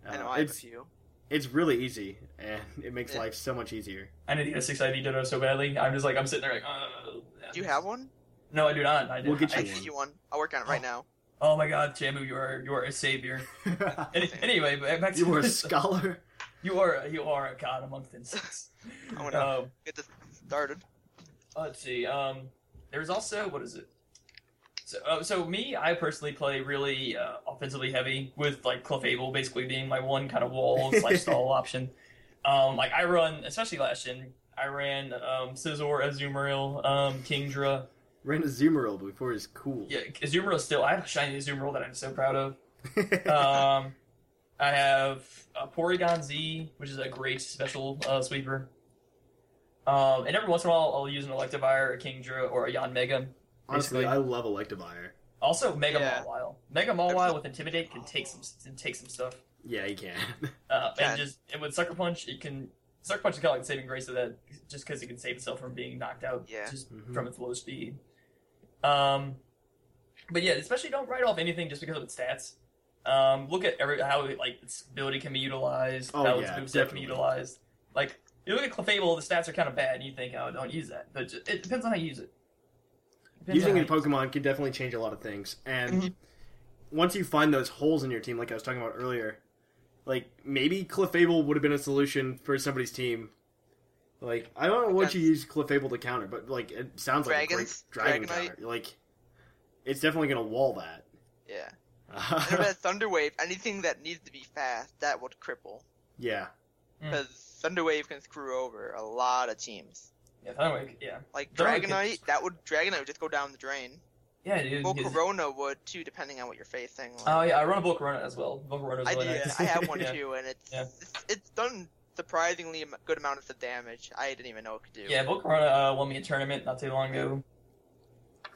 S7: I know
S1: Uh,
S7: I have a
S1: it's
S7: few.
S1: it's really easy, and it makes
S7: Yeah.
S1: life so much easier.
S5: I need to get a six IV Dodo so badly. I'm just like I'm sitting there like. Uh,
S7: Do you have one?
S5: No, I do not. I do.
S1: We'll get
S7: I
S5: I-
S7: can get you one. I'll work on it right now.
S5: oh my God, Jamu, you are you are a savior. Any, anyway, back to
S1: you were a
S5: this.
S1: scholar.
S5: You are you are a god amongst insects.
S7: I want to
S5: um,
S7: get this started.
S5: let's see. Um, there's also what is it? So, uh, so me, I personally play really uh, offensively heavy with like Clefable basically being my one kind of wall slash stall option. Um, like I run, especially last gen, I I ran um, Scizor, Azumarill, um, Kingdra.
S1: Ran Azumarill before he's cool.
S5: Yeah, Azumarill still. I have a shiny Azumarill that I'm so proud of. um, I have a Porygon Z, which is a great special uh, sweeper. Um, and every once in a while, I'll use an Electivire, a Kingdra, or a Yon Mega.
S1: Honestly,
S5: Basically.
S1: I love Electivire.
S5: Also, Mega
S7: Yeah.
S5: Mawile. Mega Mawile with Intimidate can take some can take some stuff.
S1: Yeah, he can.
S5: Uh,
S7: Yeah.
S5: and just and with Sucker Punch, it can Sucker Punch is kind of like the saving grace of that, just because it can save itself from being knocked out
S7: Yeah.
S5: just
S1: Mhm.
S5: from its low speed. Um, but yeah, especially don't write off anything just because of its stats. Um, look at every how it, like its ability can be utilized,
S1: Oh,
S5: how
S1: yeah,
S5: its moveset can
S1: definitely.
S5: be utilized. Like you look at Clefable, the stats are kind of bad, and you think, oh, don't use that. But ju- it depends on how you use it. Depends
S1: Using
S5: on
S1: it in
S5: how you-
S1: Pokemon can definitely change a lot of things. And once you find those holes in your team, like I was talking about earlier, like maybe Clefable would have been a solution for somebody's team. Like I don't know what you use Clefable to counter, but like it sounds like
S7: Dragons?
S1: a great dragon
S7: Dragonite?
S1: counter. Like it's definitely gonna wall that.
S7: Yeah. And about Thunder Wave, anything that needs to be fast, that would cripple.
S1: yeah,
S5: Hmm.
S7: Because Thunder Wave can screw over a lot of teams.
S5: Yeah, Thunderwave, yeah,
S7: Like
S5: Thunder Wave can-
S7: Dragonite, that would Dragonite would just go down the drain.
S5: yeah, dude.
S7: Well,
S5: because-
S7: Corona would too, depending on what you're facing. Like,
S5: Oh yeah, I run a Bull Corona as well. Bull Corona's
S7: I
S5: really
S7: did.
S5: nice.
S7: I have one
S5: Yeah.
S7: too, and it's,
S5: Yeah.
S7: it's it's done surprisingly am- good amount of the damage. I didn't even know it could do.
S5: Yeah, Bull Corona uh, won me a tournament not too long ago.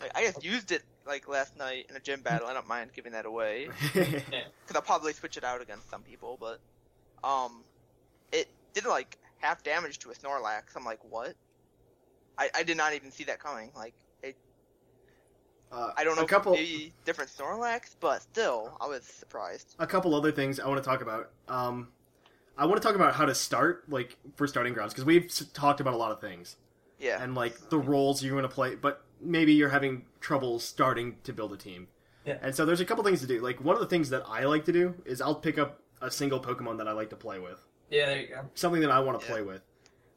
S7: Like, I just used it like last night in a gym battle. I don't mind giving that away because I'll probably switch it out against some people, but um, it did like half damage to a Snorlax. I'm like, what? I, I did not even see that coming. Like, it,
S1: uh,
S7: I don't know
S1: a couple
S7: if it be different Snorlax, but still, I was surprised.
S1: a couple other things I want to talk about. Um, I want to talk about how to start, like for starting grounds, because we've s- talked about a lot of things.
S7: Yeah,
S1: and like the roles you want to play, but maybe you're having trouble starting to build a team.
S5: Yeah.
S1: And so there's a couple things to do. Like one of the things that I like to do is I'll pick up a single Pokemon that I like to play with,
S5: Yeah, there you go.
S1: something that I want to
S7: Yeah.
S1: play with,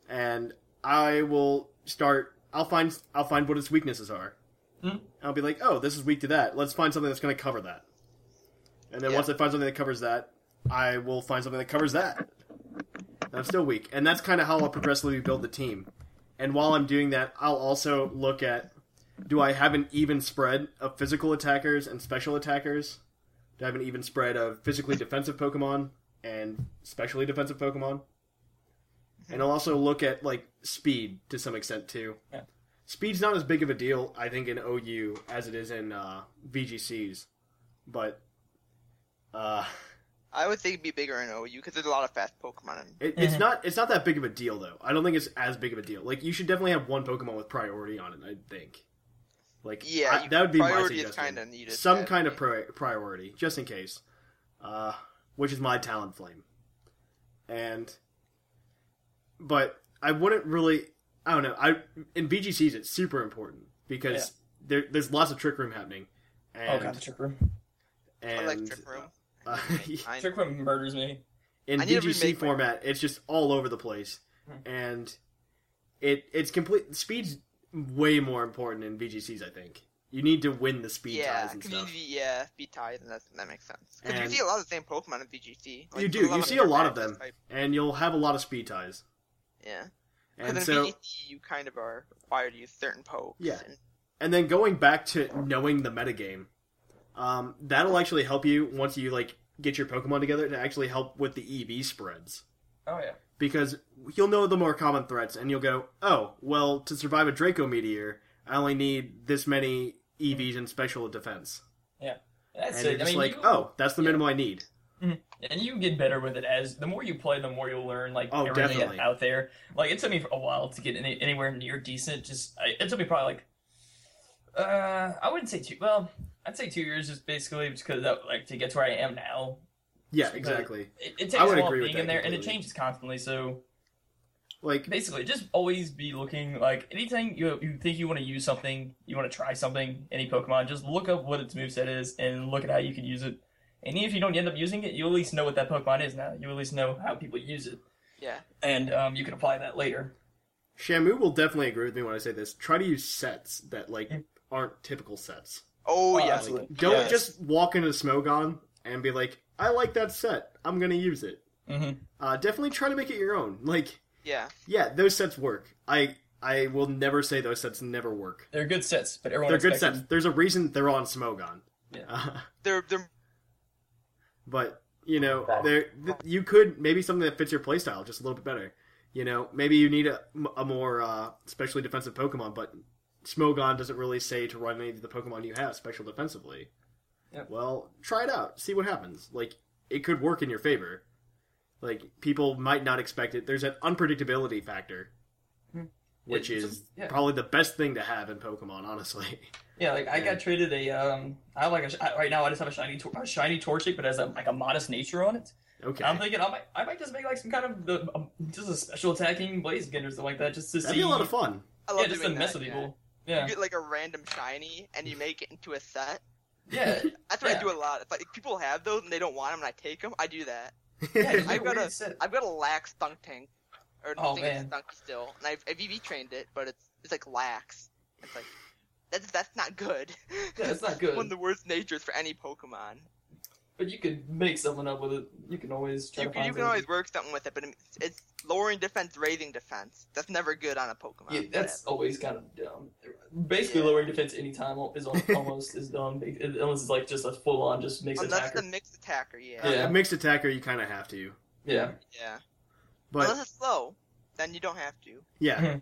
S1: and I will start. I'll find I'll find what its weaknesses are.
S7: Hmm?
S5: Mhm.
S1: I'll be like, oh, this is weak to that. Let's find something that's going to cover that. And then
S7: Yeah.
S1: once I find something that covers that, I will find something that covers that. And I'm still weak, and that's kind of how I'll progressively build the team. And while I'm doing that, I'll also look at do I have an even spread of physical attackers and special attackers? Do I have an even spread of physically defensive Pokemon and specially defensive Pokemon? And I'll also look at like speed to some extent too.
S5: Yeah.
S1: Speed's not as big of a deal, I think, in OU as it is in uh, VGCs, but uh,
S7: I would think it'd be bigger in OU because there's a lot of fast Pokemon. In,
S1: it,
S5: Mm-hmm.
S1: it's not it's not that big of a deal though. I don't think it's as big of a deal. Like you should definitely have one Pokemon with priority on it. I think. Like
S7: Yeah,
S1: I-
S7: you-
S1: that would be
S7: priority
S1: my
S7: is
S1: suggestion.
S7: kinda needed,
S1: Some
S7: yeah.
S1: kind of pri- priority, just in case. Uh, which is my Talonflame, and but I wouldn't really. I don't know. I in BGCs it's super important because there, there's lots of trick room happening.
S5: Oh
S1: And,
S5: god, the trick room.
S7: I
S1: and
S7: like Trick Room.
S1: uh,
S7: I,
S5: Trick room murders me.
S1: in
S7: I need to
S1: VGC
S7: remake my-
S1: format, it's just all over the place, and it it's complete. Speed's way more important in VGCs. I think you need to win the speed
S7: yeah,
S1: ties and
S7: because you
S1: stuff.
S7: need to be, yeah, be tied, and that's, that makes sense. Because
S1: And-
S7: you see a lot of the same Pokemon in VGT. Like,
S1: you do.
S7: there's
S1: You
S7: lot
S1: see a lot of
S7: different
S1: them,
S7: type-
S1: and you'll have a lot of speed ties.
S7: Yeah. Because
S1: And
S7: in
S1: so,
S7: VGT, you kind of are required to use certain pokes.
S1: Yeah.
S7: and-
S1: and then going back to knowing the metagame, um, that'll actually help you once you like get your Pokemon together to actually help with the EV spreads.
S5: Oh yeah.
S1: because you'll know the more common threats and you'll go, oh, well, to survive a Draco Meteor, I only need this many EVs and special defense.
S5: That's
S1: And you're
S5: it. I
S1: just
S5: mean,
S1: like,
S5: you,
S1: oh, that's the minimum I need.
S5: and you get better with it as the more you play, the more you'll learn. Like
S1: Oh,
S5: everything
S1: definitely.
S5: out there. Like it took me a while to get any, anywhere near decent. Just I, it took me probably like, uh, I wouldn't say two. Well, I'd say two years, just basically because that like to get to where I am now.
S1: Yeah,
S5: But
S1: exactly.
S5: It, it takes
S1: I
S5: a
S1: would
S5: while
S1: agree with
S5: being
S1: that
S5: in there, and it
S1: completely.
S5: changes constantly. So
S1: Like,
S5: basically just always be looking like anytime you, you think you want to use something you want to try something any pokemon just look up what its moveset is and look at how you can use it and even if you don't end up using it you at least know what that pokemon is now you at least know how people use it
S7: Yeah.
S5: and um, you can apply that later
S1: Shamu will definitely agree with me when I say this. Try to use sets that, like, aren't typical sets.
S7: Oh,
S5: Oh,
S7: yeah.
S5: absolutely.
S1: Don't
S7: Yes.
S1: just walk into Smogon and be like, I like that set. I'm going to use it.
S5: Mhm.
S1: Uh, definitely try to make it your own. Like,
S7: Yeah.
S1: Yeah, those sets work. I I will never say those sets never work.
S5: They're good sets, but everyone
S1: They're good
S5: expects
S1: sets. There's a reason they're on Smogon.
S5: Yeah.
S1: Uh,
S7: They're they're
S1: but you know, there th- you could maybe something that fits your playstyle just a little bit better. You know, maybe you need a, a more uh, specially defensive Pokemon, but Smogon doesn't really say to run any of the Pokemon you have special defensively.
S5: Yep.
S1: Well, try it out, see what happens. Like it could work in your favor. Like people might not expect it. There's an unpredictability factor, which
S5: It's-
S1: is
S5: Hmm. yeah.
S1: probably the best thing to have in Pokemon, honestly.
S5: Yeah, like I got traded a um. I have like a sh- I, right now. I just have a shiny Tor- a shiny Torchic, but has a, like a modest nature on it.
S1: Okay,
S5: And I'm thinking I might I might just make like some kind of the um, just a special attacking Blaziken or something like that, just to
S1: that'd
S5: see.
S1: be a lot of fun.
S7: I love
S5: Yeah, just to
S7: doing that,
S5: mess with
S7: yeah.
S5: people.
S7: You
S5: Yeah,
S7: get like a random shiny and you
S1: Mm.
S7: make it into a set.
S5: yeah,
S7: That's what
S5: Yeah.
S7: I do a lot. It's like people have those and they don't want them and I take them. I do that.
S5: yeah. just make
S7: I've got
S5: a
S7: a
S5: weird set.
S7: I've got a lax thunk tank, or
S5: Oh,
S7: I think it's
S5: man.
S7: thunk still, and I've, I've EV trained it, but it's it's like lax. It's like that's that's not good.
S5: Yeah, it's not good.
S7: One of the worst natures for any Pokemon.
S5: But you could make something up with it. You can always try
S7: You
S5: to
S7: can,
S5: find
S7: you can
S5: something.
S7: always work something with it, but it's- it's lowering defense, raising defense. That's never good on a Pokemon.
S5: Yeah, that's always kind of dumb. Basically,
S7: Yeah.
S5: lowering defense anytime is al- almost is dumb, unless it's like just a full on just makes
S7: Whatever. Unless
S5: attacker.
S7: the mixed attacker, yeah,
S1: Uh,
S5: Yeah.
S1: a mixed attacker, you kind of have to.
S5: Yeah,
S7: yeah. Unless
S1: But
S7: it's slow, then you don't have to.
S1: yeah,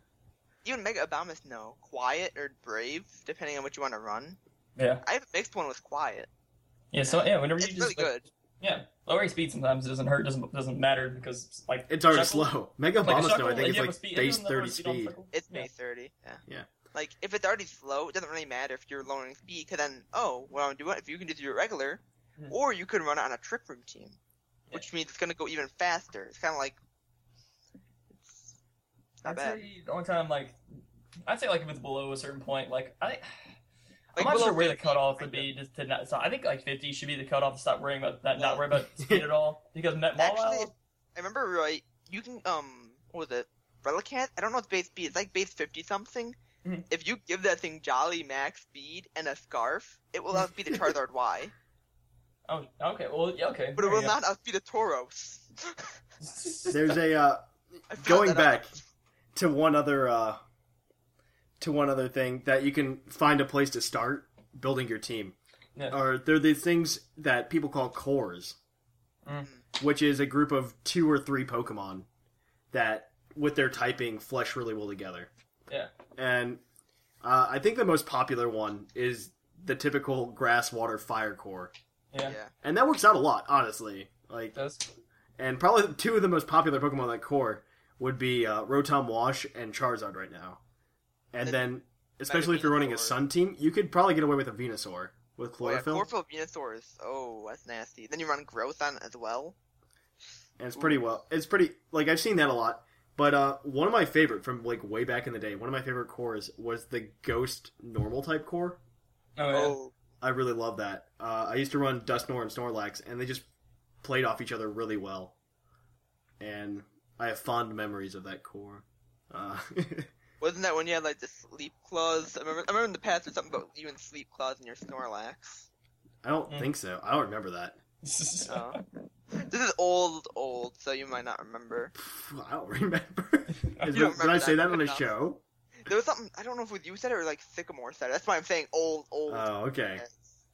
S7: Even Mega Abomas, no. Quiet or brave, depending on what you want to run.
S5: yeah,
S7: I have a mixed one with quiet.
S5: yeah. So yeah, whenever
S7: It's
S5: you
S7: really
S5: just like,
S7: good.
S5: Yeah, lowering speed sometimes doesn't hurt. Doesn't doesn't matter because like
S1: it's already
S5: Shuckle-
S1: slow. Mega
S5: Like
S1: Bombus,
S5: a
S1: though, I
S5: Shuckle,
S1: think
S5: if you
S1: it's
S5: have a
S1: like
S5: speed-
S1: base
S5: if you have
S1: thirty
S5: a speed on
S1: speed.
S5: Shuckle,
S7: It's
S5: yeah.
S7: base 30, yeah.
S1: Yeah.
S7: Like, if it's already slow, it doesn't really matter if you're lowering speed, because then, oh, well, I'm doing if you can just do it regular,
S5: Mhm.
S7: or you can run it on a trip routine, which means it's going to go even faster. It's kind of like. It's not
S5: I'd
S7: bad.
S5: say the only time like I'd say like if it's below a certain point, like I I'm
S7: Like,
S5: not
S7: below
S5: sure where the
S7: 50,
S5: cutoff would
S7: kind of.
S5: be just to not. So I think like 50 should be the cutoff to stop worrying about that, not
S7: Well-
S5: worry about speed at all because Met
S7: Actually,
S5: Mawile,
S7: I remember right, you can, um, what was it? Relicanth? I don't know it's base speed. It's like base 50 something.
S5: Mhm.
S7: If you give that thing Jolly Max speed and a scarf, it
S5: Hmm.
S7: will outspeed a Charizard Y.
S5: oh okay, well yeah okay,
S7: But it
S5: there
S7: will
S5: you
S7: not outspeed a Tauros.
S5: go.
S1: There's a uh,
S7: I found
S1: going
S7: that out.
S1: back to one other uh, to one other thing that you can find a place to start building your team
S5: Yeah.
S1: are they're these things that people call cores
S5: Mm.
S1: which is a group of two or three pokemon that with their typing flesh really well together
S5: yeah.
S1: and uh, i think the most popular one is the typical grass water fire core
S5: Yeah,
S7: Yeah.
S1: and that works out a lot honestly like
S5: it does.
S1: and probably two of the most popular Pokemon in that core would be uh, Rotom Wash and Charizard right now. And
S7: And
S1: then, especially if you're running a
S7: Venusaur.
S1: Sun team, you could probably get away with a Venusaur with
S7: Oh, yeah,
S1: chlorophyll,
S7: chlorophyll Venusaurs. Oh, that's nasty. Then you run growth on it as well.
S1: and it's pretty well. It's pretty like I've seen that a lot. But uh, one of my favorite from like way back in the day, one of my favorite cores was the Ghost Normal type core.
S5: Oh yeah.
S7: Oh,
S1: I really love that. Uh, I used to run Dustnor and Snorlax, and they just played off each other really well. And I have fond memories of that core. Uh,
S7: wasn't that when you had like the sleep claws? I remember. I remember in the past there's something about you and sleep claws and your Snorlax.
S1: I don't
S5: Mm.
S1: think so. I don't remember that.
S7: Oh. this is old, old, so you might not remember.
S1: Pff, I don't remember. Is
S7: You don't
S1: it- did I
S7: remember
S1: say
S7: that
S1: that on a
S7: enough.
S1: show?
S7: There was something I don't know if it was you said it or like Sycamore said it. That's why I'm saying old, old.
S1: Oh, okay.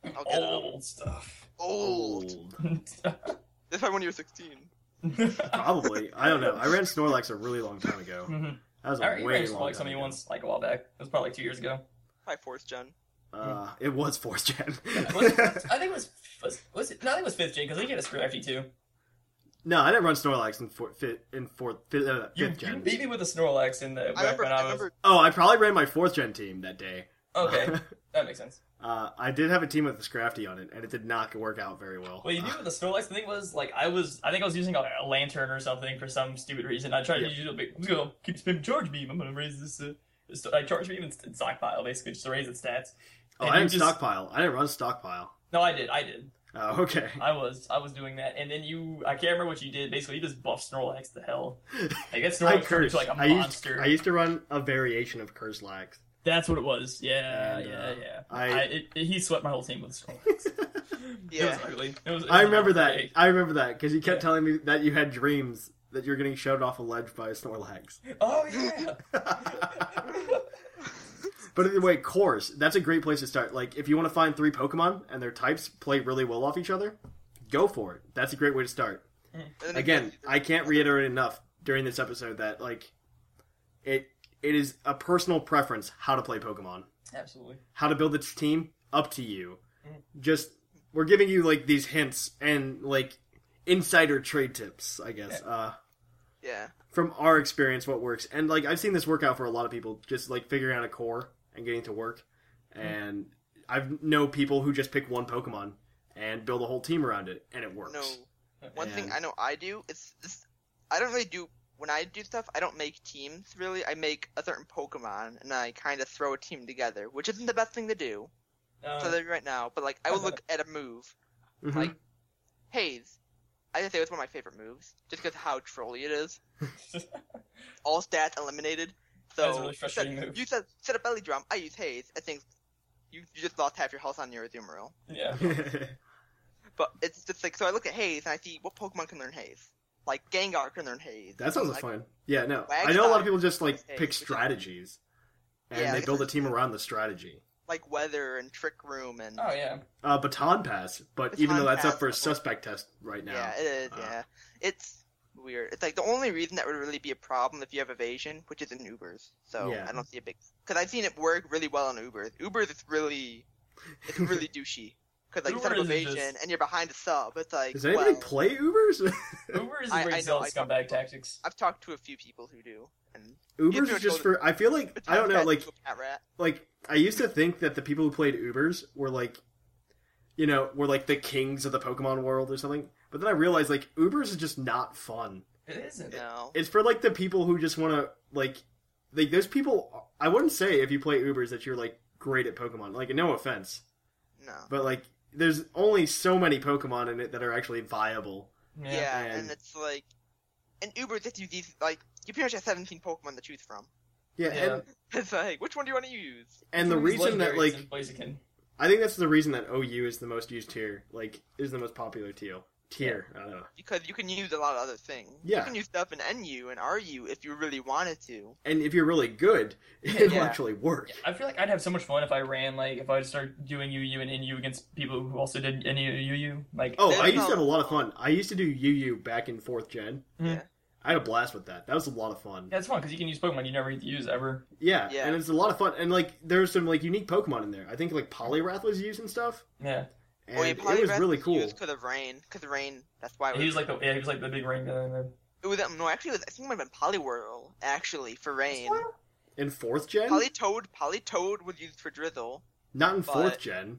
S7: Yes. I'll get it up.
S5: Old stuff. Mm-hmm.
S7: old. That's probably when you were 16.
S1: Probably. I don't know. I ran Snorlax a really long time ago.
S5: Mhm.
S1: That was a
S5: I already
S1: way
S5: ran
S1: long
S5: like
S1: time
S5: somebody
S1: ago.
S5: once like a while back. It was probably like two years ago.
S7: Probably fourth gen.
S1: Uh, it was fourth gen.
S5: Was Hmm. it- I think it was was, was it? No, I think it was fifth gen because they get a screw FG too.
S1: no, I didn't run Snorlax in fourth, fifth, in fourth, fifth, uh,
S5: You,
S1: fifth
S5: you
S1: gen.
S5: beat me with a Snorlax in the
S7: I remember.
S5: when I,
S7: I
S5: was.
S7: remember.
S1: Oh, I probably ran my fourth gen team that day.
S5: Okay, that makes sense.
S1: Uh, I did have a team with the Scrafty on it, and it did not work out very well. Uh,
S5: Well, you do with the Snorlax. The thing was, like, I was, I think I was using a, a lantern or something for some stupid reason. I tried
S1: Yeah.
S5: to use a big, I'm gonna keep spam charge beam. I'm gonna raise this, uh, this- like charge beam and, and stockpile basically just to raise its stats.
S1: oh,
S5: And
S1: I
S5: you
S1: didn't
S5: just-
S1: stockpile. I didn't run stockpile.
S5: No, I did, I did,
S1: Oh, okay.
S5: I was, I was doing that. And then you, I can't remember what you did. Basically, you just buffed Snorlax to hell. Like that
S1: I
S5: Snorlax turned
S1: cursed.
S5: into like a
S1: I used,
S5: monster.
S1: I used to run a variation of Curse Lax.
S5: That's what it was. Yeah,
S1: And,
S5: yeah,
S1: uh,
S5: yeah.
S1: I-
S5: I, it, it- he swept my whole team with Snorlax. it was
S7: Yeah.
S5: ugly. It was, it
S1: I
S5: was
S1: remember
S5: ugly.
S1: that. I remember that because you kept telling me that you had dreams that you're getting shoved off a ledge by a Snorlax.
S5: Oh yeah.
S1: But either way, cores, that's a great place to start. Like, if you want to find three Pokemon and their types play really well off each other, go for it. That's a great way to start.
S7: And then it
S1: Again,
S7: gives you the-
S1: I can't reiterate enough during this episode that, like, it it is a personal preference how to play Pokemon.
S5: Absolutely.
S1: How to build its team, up to you. Just, we're giving you, like, these hints and, like, insider trade tips, I guess. Uh,
S7: Yeah.
S1: from our experience what works and like i've seen this work out for a lot of people just like figuring out a core and getting to work and i've know people who just pick one pokemon and build a whole team around it and it works
S7: No. One thing
S1: And-
S7: I know I do is this. I don't really do when I do stuff. I don't make teams really. I make a certain Pokemon and I kind of throw a team together, which isn't the best thing to do.
S5: Uh,
S7: So there right now, but like I would look at a move
S1: Mhm.
S7: like Haze. I just say it's one of my favorite moves, just because how trolly it is.
S5: Um,
S7: All stats eliminated. So
S5: That's a really
S7: you said-
S5: frustrating move.
S7: you said set a belly drum. I use Haze. I think you, you just lost half your health on your Azumarill.
S5: yeah.
S1: Mm-hmm.
S7: But it's just like so. I look at Haze and I see what Pokemon can learn Haze. Like Gengar can learn Haze.
S1: that sounds
S7: like,
S1: fun yeah no
S7: Wag
S1: i know a lot of
S7: Dog
S1: people just like
S7: is-
S1: pick strategies and
S7: Yeah,
S1: they
S7: like-
S1: build a team around the strategy
S7: Like Weather and Trick Room and
S5: Oh yeah.
S1: uh, baton pass but even though
S7: Baton
S1: that's up
S7: Pass,
S1: for a
S7: like-
S1: suspect test right now
S7: yeah, it is.
S1: Uh,
S7: yeah, it's weird. It's like the only reason that would really be a problem if you have evasion, which is in Ubers. So
S1: Yeah.
S7: I don't see a big because I've seen it work really well on Ubers. Ubers is really it's really douchey because like you set up
S5: Ubers is
S7: evasion
S5: just-
S7: and you're behind a sub. It's like
S1: does anybody
S7: well,
S1: play ubers
S5: Uber is a
S7: I- I
S5: great
S7: know,
S5: sell
S7: I-
S5: scumbag tactics.
S7: I've talked to a few people who do. And
S1: ubers
S7: to
S1: is just
S7: go to-
S1: for i feel like i don't know like
S7: Cat rat.
S1: like I used to think that the people who played Ubers were like, you know, were like the kings of the Pokemon world or something. But then I realized like Ubers is just not fun.
S5: It isn't.
S7: No,
S1: It's for like the people who just want to like, like there's people. I wouldn't say if you play Ubers that you're like great at Pokemon. Like no offense,
S7: no.
S1: but like there's only so many Pokemon in it that are actually viable.
S7: Yeah, and...
S1: and-
S7: it's like and Ubers gets you these like you pretty much have 17 Pokemon to choose from.
S1: Yeah,
S5: Yeah.
S1: and,
S7: It's like which one do you want to use?
S1: and the
S5: Uber's
S1: reason that
S5: legendaries
S1: like
S5: and Blaziken.
S1: I think that's the reason that OU is the most used tier, like is the most popular tier. Tier, I don't know.
S7: because you can use a lot of other things.
S1: Yeah.
S7: You can use stuff in NU and RU if you really wanted to.
S1: and if you're really good, it'll
S7: Yeah.
S1: actually work.
S5: I feel like I'd have so much fun if I ran like if I would start doing UU and NU against people who also did NUU. Like
S1: Oh,
S7: There's
S1: I used to
S7: no-
S1: have a lot of fun. I used to do UU back in fourth gen.
S7: Yeah.
S1: I had a blast with that. That was a lot of fun.
S5: yeah, it's fun because you can use Pokemon you never get to use ever.
S1: Yeah,
S7: Yeah.
S1: and it's a lot of fun. And like, there's some like unique Pokemon in there. I think like Poliwrath was used and stuff,
S5: Yeah,
S1: and it was really cool.
S7: Because of rain, because rain. That's why it
S5: he was
S7: was.
S5: like the yeah, he was like the big ring guy. there.
S7: It was um, no, actually, it was, I think it might have been Poliwhirl actually for rain.
S1: In fourth gen,
S7: Polytoad, Polytoad was used for drizzle,
S1: not in fourth
S7: but-
S1: gen.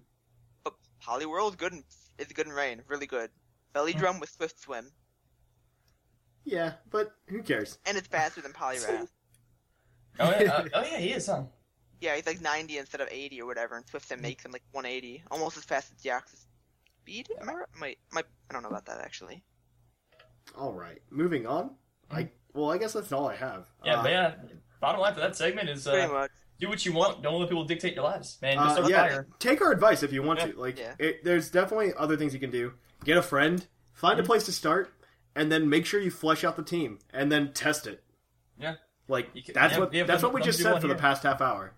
S7: but Poliwhirl is good. In, is good in rain, really good. Belly drum with swift swim,
S1: Yeah, but who cares?
S7: and it's faster than Poliwrath.
S5: Oh yeah, uh, oh yeah, he is. Huh?
S7: yeah, he's like 90 instead of 80 or whatever, and swift swim makes him like 180, almost as fast as Deoxys. Speed? Am I right? Wait, am I- I don't know about that actually.
S1: All right, moving on. I well, I guess that's all I have.
S5: Hmm. Yeah,
S1: Uh,
S5: but yeah. Bottom line for that segment is
S7: Pretty
S5: uh,
S7: much.
S5: do what you want. Don't let people dictate your lives, man. Just
S1: Uh,
S5: start
S1: yeah,
S5: fire.
S1: take our advice if you want
S5: Yeah.
S1: to. Like,
S7: Yeah.
S1: it, there's definitely other things you can do. Get a friend, find
S5: Hmm.
S1: a place to start, and then make sure you flesh out the team, and then test it.
S5: Yeah.
S1: Like
S5: You can-
S1: that's
S5: yeah,
S1: what
S5: yeah,
S1: that's
S5: come-
S1: what we
S5: come
S1: just
S5: do
S1: said
S5: one
S1: for the
S5: here.
S1: past half hour.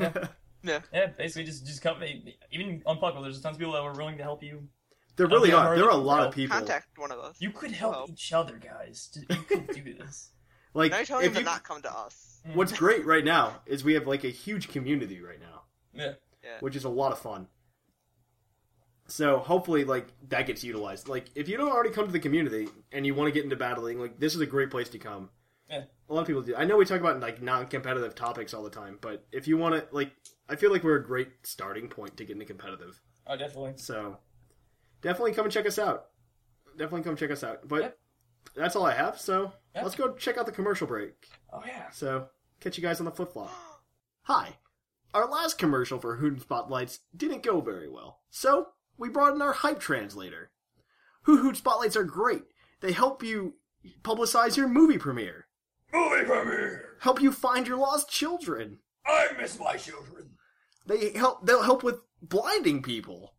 S7: Yeah.
S5: Yeah, basically just just come. Even on Puckle, there's tons of people that were willing to help you.
S1: there really
S5: Okay,
S1: are.
S5: Harley,
S1: There are a lot
S5: well,
S1: of people.
S7: Contact one of us.
S5: You could help
S7: Hello.
S5: each other, guys. Just- You could do this.
S1: Like,
S7: Now you're telling
S1: if
S7: them to
S1: you-
S7: not come to us.
S1: what's great right now is we have like a huge community right now,
S5: Yeah.
S7: Yeah.
S1: which is a lot of fun. So hopefully, like that gets utilized. Like, if you don't already come to the community and you want to get into battling, like this is a great place to come.
S5: Yeah.
S1: a lot of people do. I know we talk about like non-competitive topics all the time, but if you want to, like, I feel like we're a great starting point to get into competitive.
S5: Oh, definitely.
S1: So definitely come and check us out. Definitely come check us out. But
S5: Yep.
S1: that's all I have. So
S5: Yep.
S1: let's go check out the commercial break.
S5: Oh yeah.
S1: So catch you guys on the flip flop. Hi. Our last commercial for Hoon Spotlights didn't go very well, so we brought in our hype translator. Hoot Hoot Spotlights are great. They help you publicize your movie premiere
S8: Movie premiere!
S1: help you find your lost children.
S8: I miss my children.
S1: They help they'll help with blinding people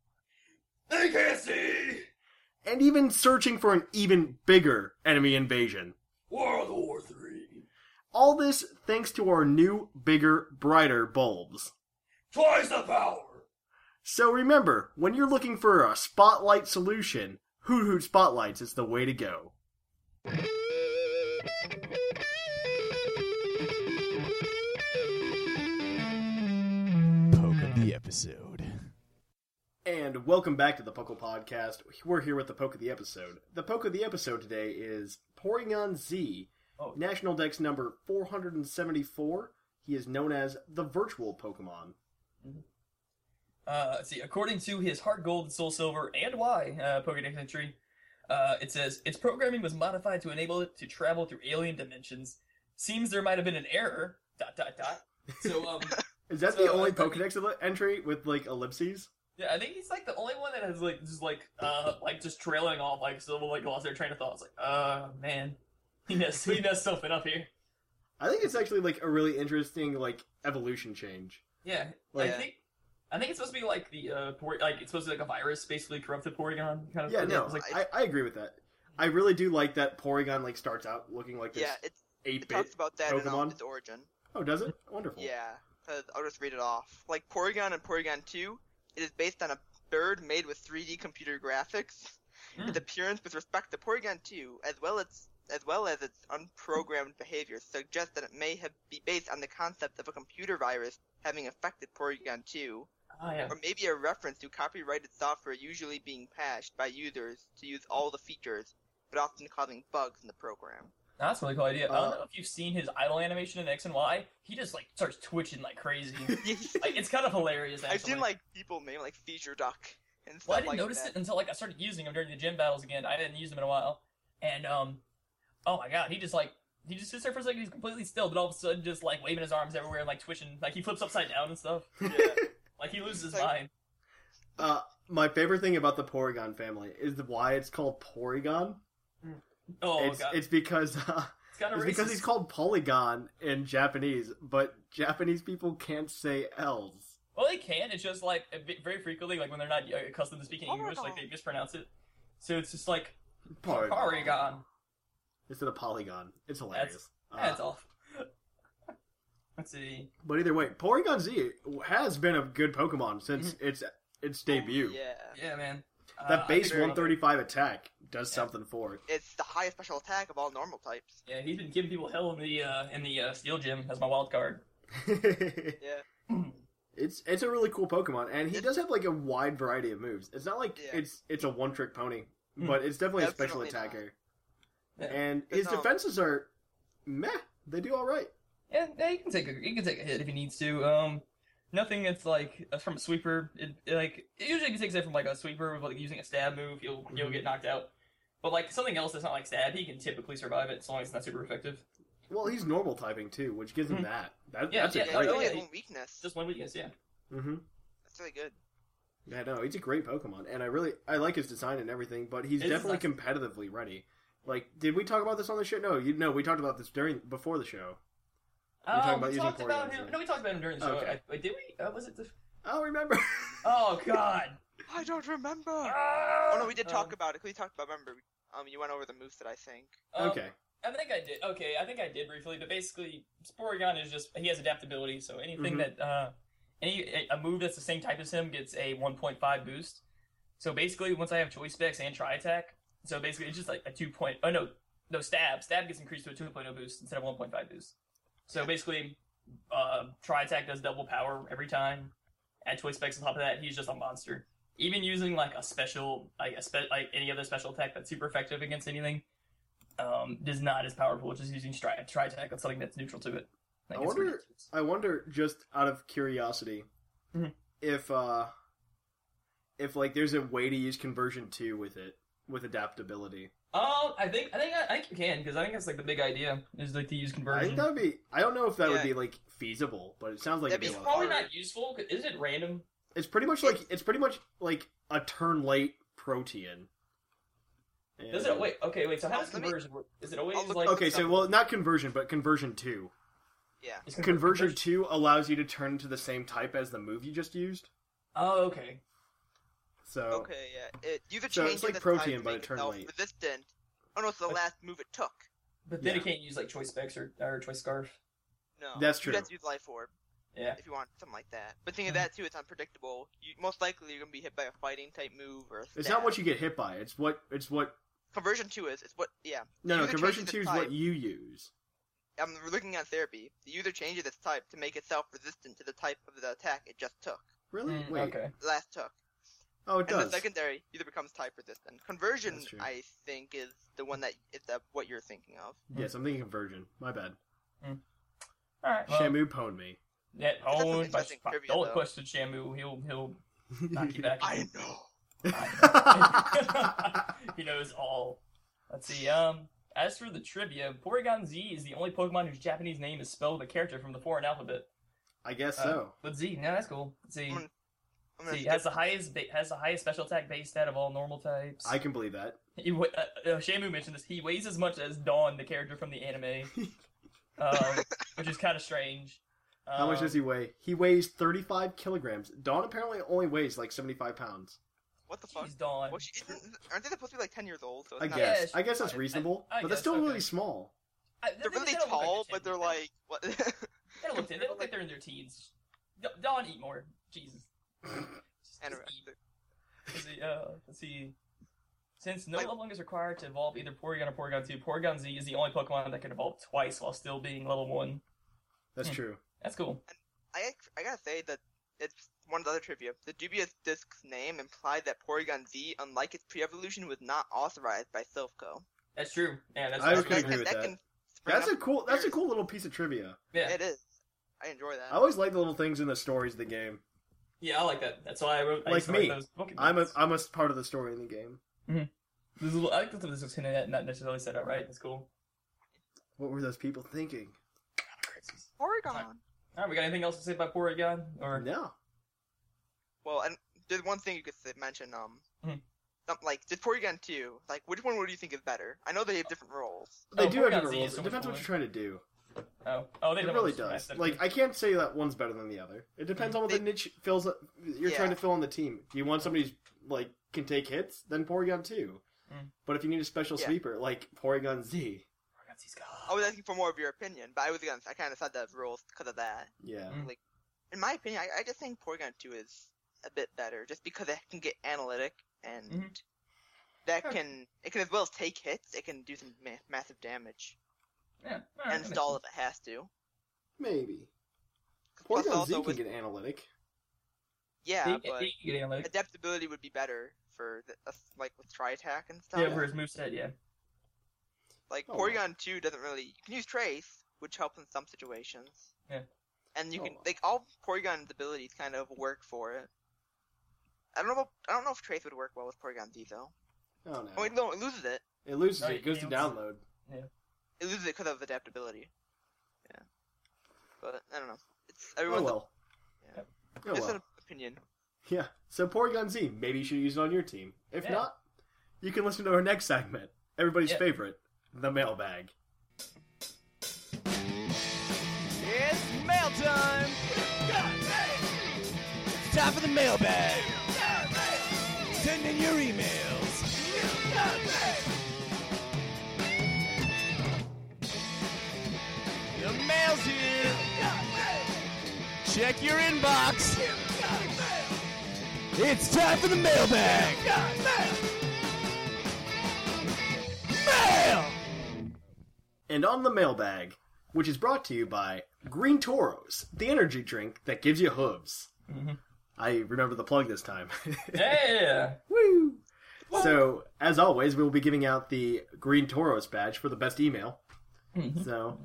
S8: They can't see!
S1: and even searching for an even bigger enemy invasion.
S8: World War Three.
S1: All this thanks to our new, bigger, brighter bulbs.
S8: Twice the power.
S1: So remember, when you're looking for a spotlight solution, Hoot Hoot Spotlights is the way to go.
S9: Poke of the episode.
S1: And welcome back to the Puckle Podcast. We're here with the poke of the episode. The poke of the episode today is Porygon Z,
S5: Oh.
S1: National Dex number 474. He is known as the Virtual Pokemon.
S5: Uh, let's see. According to his Heart Gold and Soul Silver and Y uh, Pokedex entry, uh, it says its programming was modified to enable it to travel through alien dimensions. Seems there might have been an error. Dot dot dot. So um,
S1: Is that
S5: So,
S1: the only
S5: uh,
S1: Pokedex ele- entry with like ellipses?
S5: yeah, I think he's like the only one that has like just like uh like just trailing off like so like lost their train of thought. It's like, uh man, he does he does something up here.
S1: I think it's actually like a really interesting like evolution change.
S5: Yeah, I
S1: Like-
S5: think I think it's supposed to be like the uh por- like it's supposed to be like a virus basically corrupted Porygon kind of.
S1: Yeah,
S5: thing.
S1: no,
S5: It's like,
S1: I, I agree with that. I really do like that Porygon like starts out looking like this
S7: Yeah, it,
S1: eight
S7: it
S1: bit.
S7: talks about that in um,
S1: Pokemon?
S7: its origin.
S1: Oh, does it? Wonderful.
S7: Yeah, uh, I'll just read it off. Like Porygon and Porygon 2, it is based on a bird made with 3D computer graphics.
S5: Hmm.
S7: Its appearance with respect to Porygon 2, as well as as well as its unprogrammed behavior, suggests that it may have be based on the concept of a computer virus having affected Porygon 2,
S5: oh, yeah.
S7: or maybe a reference to copyrighted software usually being patched by users to use all the features, but often causing bugs in the program.
S5: That's a really cool idea. I
S1: Uh,
S5: don't know if you've seen his idle animation in X and Y. He just like starts twitching like crazy. like, it's kind of hilarious. Actually.
S7: I've seen like people name like Seizure Duck and stuff
S5: Well, I didn't
S7: like
S5: notice
S7: that.
S5: it until like I started using him during the gym battles again. I didn't use him in a while, and um, oh my god, he just like he just sits there for a second. He's completely still, but all of a sudden, just like waving his arms everywhere and like twitching. Like he flips upside down and stuff. like he loses his
S7: Like-
S5: mind.
S1: Uh, my favorite thing about the Porygon family is the- why it's called Porygon.
S5: Oh
S1: it's,
S5: god,
S1: it's because uh,
S5: it's kind of
S1: it's because he's
S5: racist.
S1: called Polygon in Japanese, but Japanese people can't say L's.
S5: Well, they can. It's just like a bit- very frequently, like when they're not uh, accustomed to speaking English, like
S7: Porygon.
S5: they mispronounce it. So it's just like
S1: Porygon.
S5: Porygon.
S1: Instead of Polygon. It's hilarious. Uh,
S5: That's off. Let's see.
S1: But either way, Porygon Z has been a good Pokemon since its its debut.
S7: Yeah.
S5: Yeah, man. Uh, I
S1: That base
S5: figured-
S1: 135 attack does something for it.
S7: It's the highest special attack of all normal types.
S5: Yeah, he's been giving people hell in the uh, in the uh, steel gym as my wild card.
S7: Yeah.
S1: it's it's a really cool Pokemon, and he does have like a wide variety of moves. It's not like
S7: Yeah.
S1: it's it's a one trick pony, but it's definitely a special
S7: Definitely not.
S1: attacker.
S5: Hmm. Yeah.
S1: And
S7: But
S1: his
S7: no.
S1: defenses are meh. They do all right.
S5: Yeah, yeah, he can take a he can take a hit if he needs to. Um, nothing that's like uh, from a sweeper. It, it, like it usually takes it from like a sweeper with like using a stab move, he'll he'll
S1: Mm-hmm.
S5: get knocked out. But like something else that's not like stab, he can typically survive it as long as it's not super effective.
S1: Well, he's normal typing too, which gives him
S5: Mhm.
S1: that. that
S5: Yeah,
S1: that's
S7: Yeah,
S1: a
S7: it's
S1: great.
S7: only
S5: yeah,
S7: his
S5: he-
S7: own weakness.
S5: Just one weakness, yeah.
S1: hmm
S7: That's really good.
S1: Yeah, no, he's a great Pokemon, and I really I like his design and everything. But he's
S5: His
S1: definitely
S5: design-
S1: competitively ready. Like, did we talk about this on the show? No, you no, we talked about this during before the show. You're talking
S5: Oh,
S1: about
S5: we
S1: using
S5: talked about
S1: Porygon,
S5: him.
S1: yeah.
S5: No, we talked about him during the show.
S1: Okay.
S5: I, wait, did we? Uh, was it the?
S1: I don't remember.
S5: Oh God.
S7: I don't remember.
S5: Ah!
S7: oh no, we did talk
S5: Um,
S7: about it. 'cause We talked about remember. we- Um, you went over the moveset, I think.
S5: um,
S1: okay,
S5: I think I did. Okay, I think I did briefly, but basically, Porygon is just he has adaptability. So anything
S1: Mm-hmm.
S5: that uh, any a move that's the same type as him gets a 1.5 boost. So basically, once I have choice specs and try attack, so basically it's just like a two point. Oh no, no stab. Stab gets increased to a 2.0 boost instead of 1.5 boost. So basically, uh, try attack does double power every time. Add choice specs on top of that, he's just a monster. Even using like a special, like a spe- like any other special attack that's super effective against anything, um, is not as powerful. Just using stri- try attack on something that's neutral to it. Like,
S1: I
S5: it's
S1: wonder-
S5: ridiculous.
S1: I wonder just out of curiosity
S5: Mhm.
S1: if uh if like there's a way to use conversion two with it with adaptability.
S5: Um, I think I think I, I think you can because I think that's like the big idea is like to use
S1: I
S5: conversion.
S1: think that would be. I don't know if that would
S7: Yeah.
S1: be like feasible, but it sounds like
S7: That'd
S1: it'd be a
S7: be
S1: lot of
S5: Probably
S1: fun.
S5: not useful. 'cause Is it random?
S1: It's pretty much like it's pretty much like a turn late protean. And-
S5: Does it wait? Okay, wait. So how
S7: Oh,
S5: does
S7: let me-
S5: conversion work? Is it always
S7: I'll look-
S5: like
S1: Okay, so well, not conversion, but conversion two.
S7: Yeah.
S5: is
S1: Conversion two allows you to turn into the same type as the move you just used.
S5: Oh, okay.
S1: So
S7: Okay. Yeah. It, user
S1: Oh. So it's
S7: changes
S1: like
S7: its
S1: protein,
S7: type to
S1: but
S7: make
S1: it turned
S7: itself
S1: late.
S7: Resistant. Oh no, it's the
S5: But-
S7: last move it took.
S5: But then
S1: Yeah.
S5: it can't use like choice specs or, or choice scarf.
S7: No,
S1: That's
S7: You'd have
S1: true.
S7: to use life orb
S5: Yeah.
S7: if you want something like that. But think of that too; it's unpredictable. You most likely you're gonna be hit by a fighting type move or. A
S1: It's
S7: stab.
S1: not what you get hit by. It's what it's what.
S7: conversion two is. It's what yeah.
S1: No,
S7: You
S1: no.
S7: either
S1: Conversion
S7: change
S1: two is
S7: its
S1: what
S7: type-
S1: you use.
S7: I'm looking at therapy. The user changes its type to make itself resistant to the type of the attack it just took.
S1: Really?
S5: Mm,
S1: Wait.
S5: Okay.
S7: Last took.
S1: Oh, it
S7: and
S1: does.
S7: the secondary either becomes type resistant. Conversion,
S1: That's true.
S7: I think, is the one that is the, what you're thinking of.
S1: Yes, I'm thinking conversion. My bad.
S5: All right. Well,
S1: Shamu pwned me.
S5: Yeah,
S7: That's an
S5: owned by
S7: interesting trivia,
S5: Don't
S7: though.
S5: question Shamu. He'll he'll knock you back.
S7: I know.
S5: he knows all. Let's see. Um, as for the trivia, Porygon Z is the only Pokemon whose Japanese name is spelled with a character from the foreign alphabet.
S1: I guess
S5: Uh,
S1: so.
S5: But Z, yeah, that's cool. Z,
S7: Mm, I'm gonna
S5: Z
S7: skip-
S5: has the highest ba- has the highest special attack base stat of all normal types.
S1: I can believe that.
S5: He wa- uh, uh, Shamu mentioned this. He weighs as much as Dawn, the character from the anime, um, which is kind of strange.
S1: How much
S5: Um,
S1: does he weigh? He weighs 35 kilograms. Dawn apparently only weighs like 75 pounds.
S7: what the fuck?
S5: She's Dawn.
S7: Well, she isn't, aren't they supposed to be like ten years old? So it's
S1: I
S7: not,
S1: guess.
S5: Yeah, she-
S1: I guess that's
S5: I-
S1: reasonable.
S5: I- I
S1: but that's
S5: guess,
S1: still
S5: okay.
S1: really small.
S5: I- the thing
S7: They're
S5: is,
S7: really
S5: they don't look
S7: tall,
S5: they're
S7: but they're
S5: 10.
S7: like what?
S5: They don't look. They look like they're in their teens. D- Dawn eat more. Jesus. Just-
S7: and,
S5: just eat. Let's see. Uh, let's see. Since no
S7: Like-
S5: leveling is required to evolve either Porygon or Porygon Two, Porygon Z is the only Pokemon that can evolve twice while still being level one.
S1: That's
S5: Hmm.
S1: true.
S5: That's cool.
S7: I ac- I gotta say that it's one of the other trivia. The dubious disc's name implied that Porygon Z, unlike its pre-evolution, was not authorized by Silpho.
S5: That's true. Yeah, that's
S1: I
S5: that's
S1: would agree with that.
S7: can spring
S1: That's
S7: up-
S1: a cool. That's a cool little piece of trivia.
S5: yeah.
S7: It is. I enjoy that.
S1: I always like the little things in the stories of the game.
S5: yeah, I like that. That's why I wrote. I
S1: Like
S5: used to write
S1: me.
S5: those Pokemon.
S1: I'm a I'm a part of the story in the game.
S5: This is, a little- I like that this was hinted at, not necessarily set out right. That's cool.
S1: What were those people thinking?
S7: Porygon.
S5: All right, we got anything else to say about Porygon? Or
S1: No.
S7: Well, and there's one thing you could say- mention. Um,
S5: Mhm.
S7: some- like did Porygon two? Like which one would you think is better? I know they have different roles.
S1: They
S5: Oh,
S1: do have
S5: Porygon
S1: different
S5: Z is
S1: rules. It
S5: so much
S1: depends what you're
S5: cooler.
S1: trying to do.
S5: oh, oh, they
S1: It
S5: don't
S1: really
S5: understand.
S1: does.
S5: That's
S1: Like I can't say that one's better than the other. It depends on what the
S7: They-
S1: niche fills. Up, you're
S7: Yeah.
S1: trying to fill on the team. Do you want somebody who's like can take hits? Then Porygon two.
S5: Mm.
S1: But if you need a special
S7: Yeah.
S1: sweeper, like Porygon Z,
S5: Porygon Z's
S7: I
S5: gone.
S7: was asking for more of your opinion, but I was gonna. I kind of said the rules because of that.
S1: yeah,
S5: Mm.
S7: Like, in my opinion, I, I just think Porygon two is a bit better, just because it can get analytic and
S5: Mhm.
S7: that
S5: Sure.
S7: can it can as well as take hits. It can do some ma- massive damage
S5: Yeah, all right, that
S7: and
S5: makes
S7: stall
S5: sense.
S7: if it has to.
S1: maybe
S7: Plus,
S1: Porygon Z
S7: also
S1: can
S7: with,
S1: get analytic.
S7: yeah,
S5: He-
S7: but
S5: he can get analytics.
S7: adaptability would be better for the, like with try attack and stuff.
S5: Yeah, for his moveset, yeah.
S7: Like
S1: Oh, well.
S7: Porygon two doesn't really. You can use Trace, which helps in some situations.
S5: Yeah.
S7: And you
S1: Oh,
S7: can
S1: well.
S7: like all Porygon's abilities kind of work for it. I don't know. About, I don't know if Trace would work well with Porygon Z though.
S1: Oh no,
S7: Oh wait, no, it loses it.
S1: it loses
S5: No,
S1: it.
S5: you
S1: It goes to
S5: can't.
S1: download.
S7: It loses it because of adaptability. Yeah. But I don't know. It's
S1: Oh
S7: everyone's
S1: well.
S7: Yeah.
S1: Oh
S7: it's
S1: well.
S7: an opinion.
S1: Yeah. So Porygon Z, maybe you should use it on your team. If
S5: Yeah.
S1: not, you can listen to our next segment, everybody's
S5: Yeah.
S1: favorite, the mailbag.
S6: It's mail time. It's time for the mailbag. Send in your emails. Your mail's here. Check your inbox. It's time for the mailbag. Mail.
S1: and on the mailbag, which is brought to you by Green Toros, the energy drink that gives you hooves.
S5: Mm-hmm.
S1: I remember the plug this time.
S5: Yeah!
S1: Woo! So, as always, we will be giving out the Green Toros badge for the best email.
S5: Mm-hmm.
S1: so,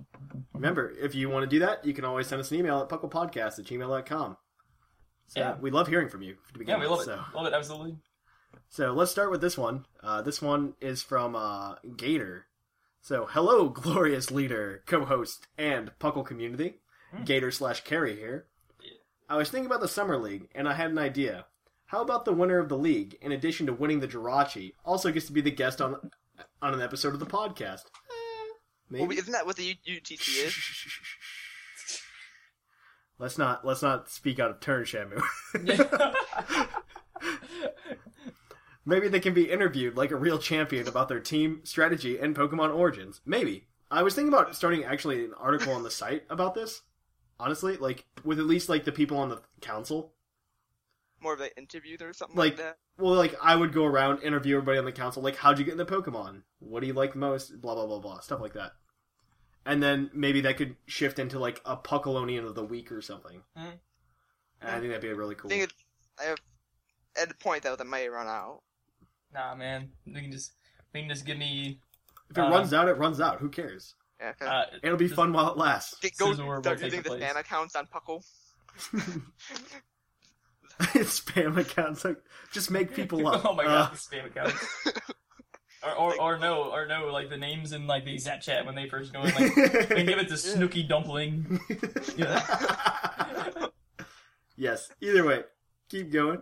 S1: remember, if you want to do that, you can always send us an email at pucklepodcast at gmail.com. So,
S5: Yeah.
S1: we love hearing from you to begin
S5: Yeah,
S1: with.
S5: we love it.
S1: so.
S5: Love it, absolutely.
S1: So let's start with this one. Uh, this one is from uh, Gator. So hello, glorious leader, co-host, and Puckle community. Gator slash Carry here. I was thinking about the summer league, and I had an idea. How about the winner of the league, in addition to winning the Jirachi, also gets to be the guest on on an episode of the podcast? Eh,
S7: Well,
S1: Maybe.
S7: isn't that what the U- UTC is?
S1: Let's not let's not speak out of turn, Shamu. Maybe they can be interviewed like a real champion about their team, strategy, and Pokemon origins. Maybe. I was thinking about starting actually an article on the site about this. Honestly, like with at least like the people on the council.
S7: More of an interview or something like,
S1: Like,
S7: that.
S1: well, like I would go around interview everybody on the council. Like, how'd you get into Pokemon? What do you like most? Blah blah blah blah stuff like that. And then maybe that could shift into like a Puckalonian of the week or something.
S5: Mhm.
S1: And I think that'd be really cool.
S7: I think it, I have, at the point though that may run out.
S5: Nah, man. We can just we can just give me.
S1: if it
S5: uh,
S1: runs out, it runs out. Who cares?
S7: Yeah, 'cause
S5: Uh,
S1: It'll be
S5: just-
S1: fun while it lasts.
S7: Get, go
S5: Scissor will
S7: start
S5: take
S7: using
S5: the
S7: the
S5: place.
S7: fan accounts on Puckle.
S1: spam accounts like just make people up.
S5: oh my
S1: Uh,
S5: god, the spam account. Or, or, or no, or no, like the names in like the exact chat when they first join, like we can give it to Snooky Dumpling.
S1: yes. Either way, keep going.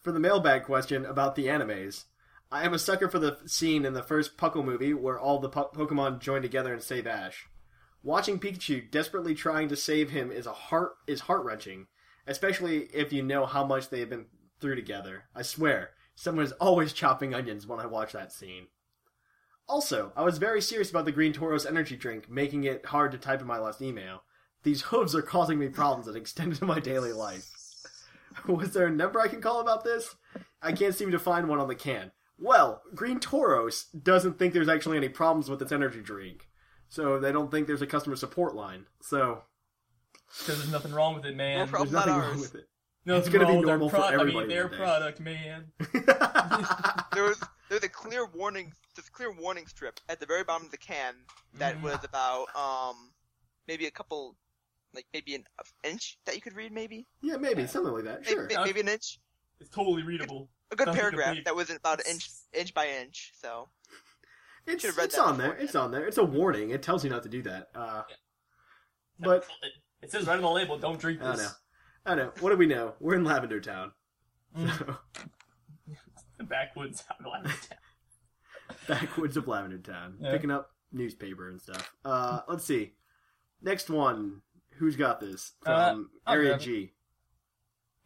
S1: For the mailbag question about the animes, I am a sucker for the scene in the first Puckle movie where all the po- Pokemon join together and save Ash. Watching Pikachu desperately trying to save him is a heart is heart wrenching, especially if you know how much they have been through together. I swear, someone is always chopping onions when I watch that scene. Also, I was very serious about the Green Toro's energy drink, making it hard to type in my last email. These hooves are causing me problems that extend into my daily life. Was there a number I can call about this? I can't seem to find one on the can. Well, Green Toros doesn't think there's actually any problems with its energy drink, so they don't think there's a customer support line. So
S5: Because there's nothing wrong with it, man.
S7: We're
S1: there's
S7: Problem's
S1: nothing
S7: not
S1: wrong
S7: ours.
S1: with it.
S5: Nothing
S1: it's gonna be
S5: wrong with their
S1: normal for
S5: pro- I
S1: everybody
S5: mean, their
S1: today.
S5: product, man.
S7: There was there was a clear warning. There's a clear warning strip at the very bottom of the can that
S5: Mm.
S7: was about um maybe a couple, like maybe an inch that you could read, maybe
S1: yeah, maybe something like that.
S7: May-
S1: Sure.
S7: may- maybe, an inch,
S5: It's totally readable.
S7: a good
S5: Sounds like a
S7: paragraph
S5: big-
S7: that was about an inch inch by inch. So
S1: It's,
S7: Should've read
S1: it's
S7: that
S1: on there.
S7: before.
S1: It's on there. It's a warning. It tells you not to do that. Uh, but
S5: It- it says right on the label, "Don't drink
S1: I don't
S5: this."
S1: know. I don't know. What do we know? We're in Lavender Town. So,
S5: The backwoods out of Latin town.
S1: backwoods of Lavender Town.
S5: Yeah.
S1: Picking up newspaper and stuff. Uh, let's see. Next one. Who's got this?
S5: Uh,
S1: From
S5: I'll
S1: Area
S5: grab it.
S1: G.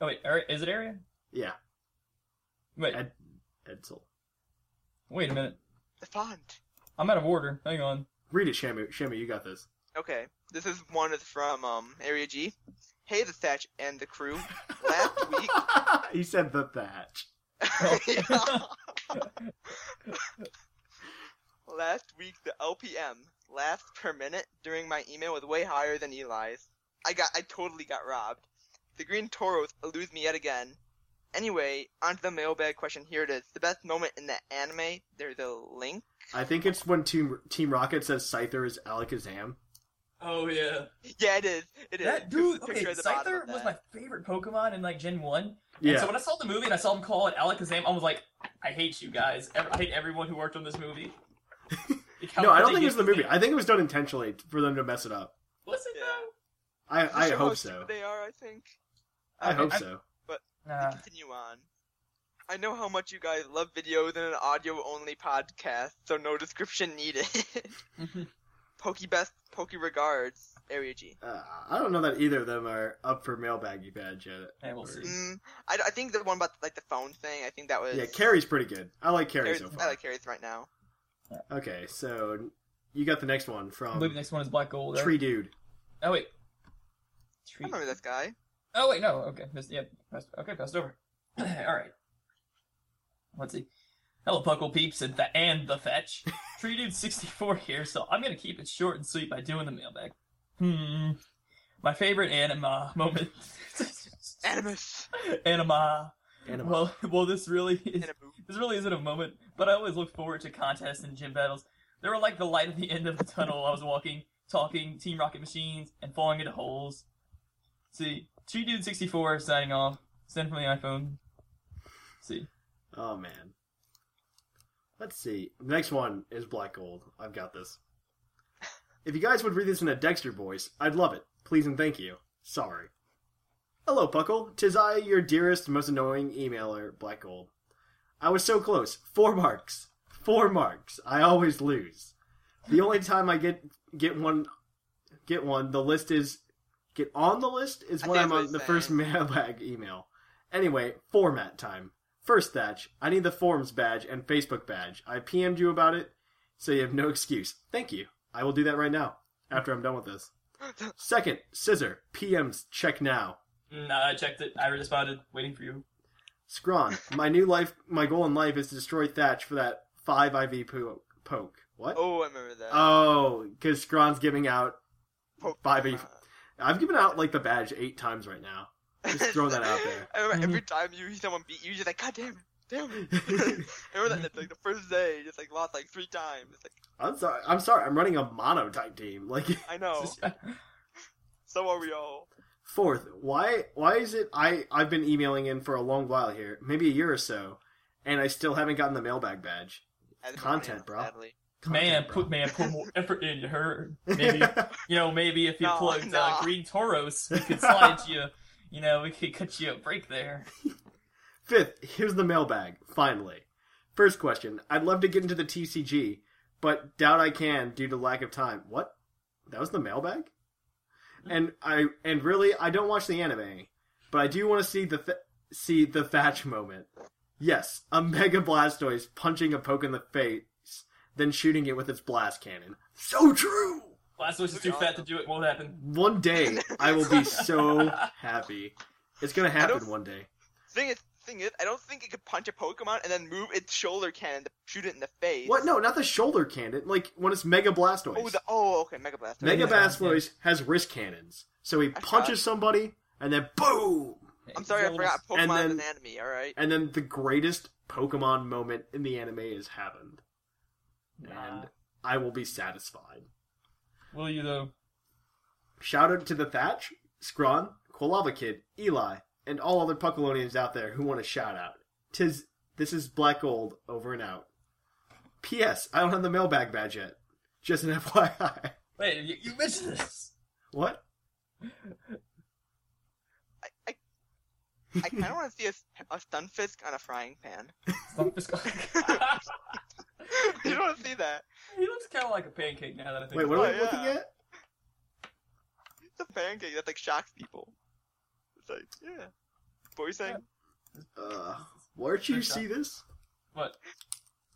S5: Oh wait, Ari- is it area?
S1: Yeah.
S5: Wait,
S1: Ed, Edsel.
S5: wait a minute.
S7: the font.
S5: I'm out of order. Hang on.
S1: Read it, Shamu. Shamu, you got this.
S7: Okay, this is one is from um Area G. Hey, the Thatch and the crew. Last week,
S1: he said the thatch.
S7: Last week, the LPM, last per minute during my email was way higher than Eli's. I got, I totally got robbed. The green toros eludes me yet again. Anyway, onto the mailbag question. Here it is. The best moment in the anime. There's a link.
S1: I think it's when Team Team Rocket says Scyther is Alakazam.
S5: Oh yeah,
S7: Yeah, it is. It is.
S5: that
S7: There's
S5: dude.
S7: a
S5: Okay,
S7: picture at the bottom
S5: Scyther
S7: of
S5: was
S7: that.
S5: my favorite Pokemon in like Gen One.
S1: Yeah.
S5: And so when I saw the movie and I saw him call it Alakazam, I was like, I hate you guys. Ev- I hate everyone who worked on this movie. Like, how
S1: no, I
S5: could
S1: don't think it was
S5: they give
S1: the
S5: this
S1: movie.
S5: thing-
S1: I think it was done intentionally for them to mess it up.
S5: Was it
S7: Yeah.
S5: though?
S1: I, I
S7: Show how
S1: hope so.
S7: stupid They are, I think.
S1: I hope
S5: I-
S1: so.
S5: Nah.
S7: Continue on. I know how much you guys love videos and an audio-only podcast, so no description needed. Pokey best, Pokey regards, Area G.
S1: Uh, I don't know that either of them are up for mailbag you badge yet.
S5: Yeah, we'll see.
S7: Mm, I, I think the one about like the phone thing. I think that was
S1: Yeah, Carrie's pretty good. I like Carrie
S7: Carrie's-
S1: so
S7: I
S1: far.
S7: like Carrie's right now.
S1: Okay, so you got the next one
S5: I believe the
S1: from
S5: next one is Black Gold. right?
S1: Tree Dude.
S5: Oh wait.
S7: I
S5: Tree.
S7: remember this guy.
S5: Oh wait, no. Okay, missed, yeah, passed, okay, passed over. All right. Let's see. Hello, Puckle peeps, and the and the fetch. Tree dude sixty four here, so I'm gonna keep it short and sweet by doing the mailbag. Hmm. My favorite anima moment.
S7: Animus.
S5: anima.
S1: Anima.
S5: Well, well, this really is
S7: Animu.
S5: this really isn't a moment, but I always look forward to contests and gym battles. They were like the light at the end of the tunnel I was walking, talking, Team Rocket Machines, and falling into holes. See, Tree Dude 64 signing off. Send from the iPhone. See.
S1: Oh man. Let's see. The next one is Black Gold. I've got this. If you guys would read this in a Dexter voice, I'd love it. Please and thank you. Sorry. Hello, Puckle. Tis I, your dearest, most annoying emailer, Black Gold. I was so close. Four marks. Four marks. I always lose. The only time I get get one get one, the list is get on the list is
S7: I
S1: when
S7: think
S1: I'm
S7: that's
S1: on
S7: what
S1: the
S7: he's
S1: first
S7: saying.
S1: mailbag email. Anyway, format time. First, Thatch, I need the forums badge and Facebook badge. I PM'd you about it, so you have no excuse. Thank you. I will do that right now after I'm done with this. Second, Scissor, PM's check now.
S5: Nah, Mm, I checked it. I responded, waiting for you.
S1: Scron, my new life, my goal in life is to destroy Thatch for that 5 IV po- poke. What?
S7: Oh, I remember that.
S1: Oh, because Scron's giving out
S7: Poke-
S1: 5 IV. I've given out, like, the badge eight times right now. Just throw that out there.
S7: I remember every time you someone beat you, you're like, God damn it, damn it. I remember that like the first day, you just like lost like three times. It's like
S1: I'm sorry. I'm sorry. I'm running a mono type team. Like
S7: I know. so are we all.
S1: fourth, why why is it I I've been emailing in for a long while here, maybe a year or so, and I still haven't gotten the mailbag badge.
S7: As
S1: Content,
S7: everybody
S1: bro.
S7: else, sadly.
S5: Man,
S1: Content, bro.
S5: put man put more effort into her. Maybe you know, maybe if you
S7: No,
S5: plugged
S7: no.
S5: uh, Green Toros, we could slide you. You know, we could cut you a break there.
S1: Fifth, here's the mailbag. Finally, first question. I'd love to get into the TCG, but doubt I can due to lack of time. What? That was the mailbag. And I and really I don't watch the anime, but I do want to see the th- see the Thatch moment. Yes, a Mega Blastoise punching a poke in the face, then shooting it with its blast cannon. So true.
S5: Blastoise is too fat to do it. Won't happen.
S1: One day I will be so happy. It's gonna happen
S7: don't-
S1: one day.
S7: Thing is, thing is, I don't think it could punch a Pokemon and then move its shoulder cannon to shoot it in the face.
S1: What? No, not the shoulder cannon. Like when it's Mega Blastoise.
S7: Oh, the, oh, okay, Mega Blast.
S1: Mega
S5: Yeah.
S1: Blastoise has wrist cannons, so he punches somebody and then boom,
S7: I'm sorry, I forgot
S1: And
S7: Pokemon's
S1: then-
S7: anatomy. All right,
S1: and then the greatest Pokemon moment in the anime has happened, and I will be satisfied.
S5: Will you though?
S1: Shout out to the Thatch, Scron, Quilava Kid, Eli, and all other Puckalonians out there who want a shout out. Tis this is Black Gold over and out. P.S. I don't have the mailbag badge yet. Just an FYI.
S5: Wait, you, you mentioned this.
S1: What?
S7: I, I, I kind of want to see a, a Stunfisk on a frying pan.
S5: Fuck this guy.
S7: you don't want to see that.
S5: he looks kind of like a pancake now that I think.
S1: Wait, what
S5: about
S1: are
S7: Oh,
S1: we looking
S7: yeah.
S1: at?
S7: It's a pancake that like shocks people. It's like, yeah. What were you saying?
S1: Uh, where'd you see this?
S5: it. What?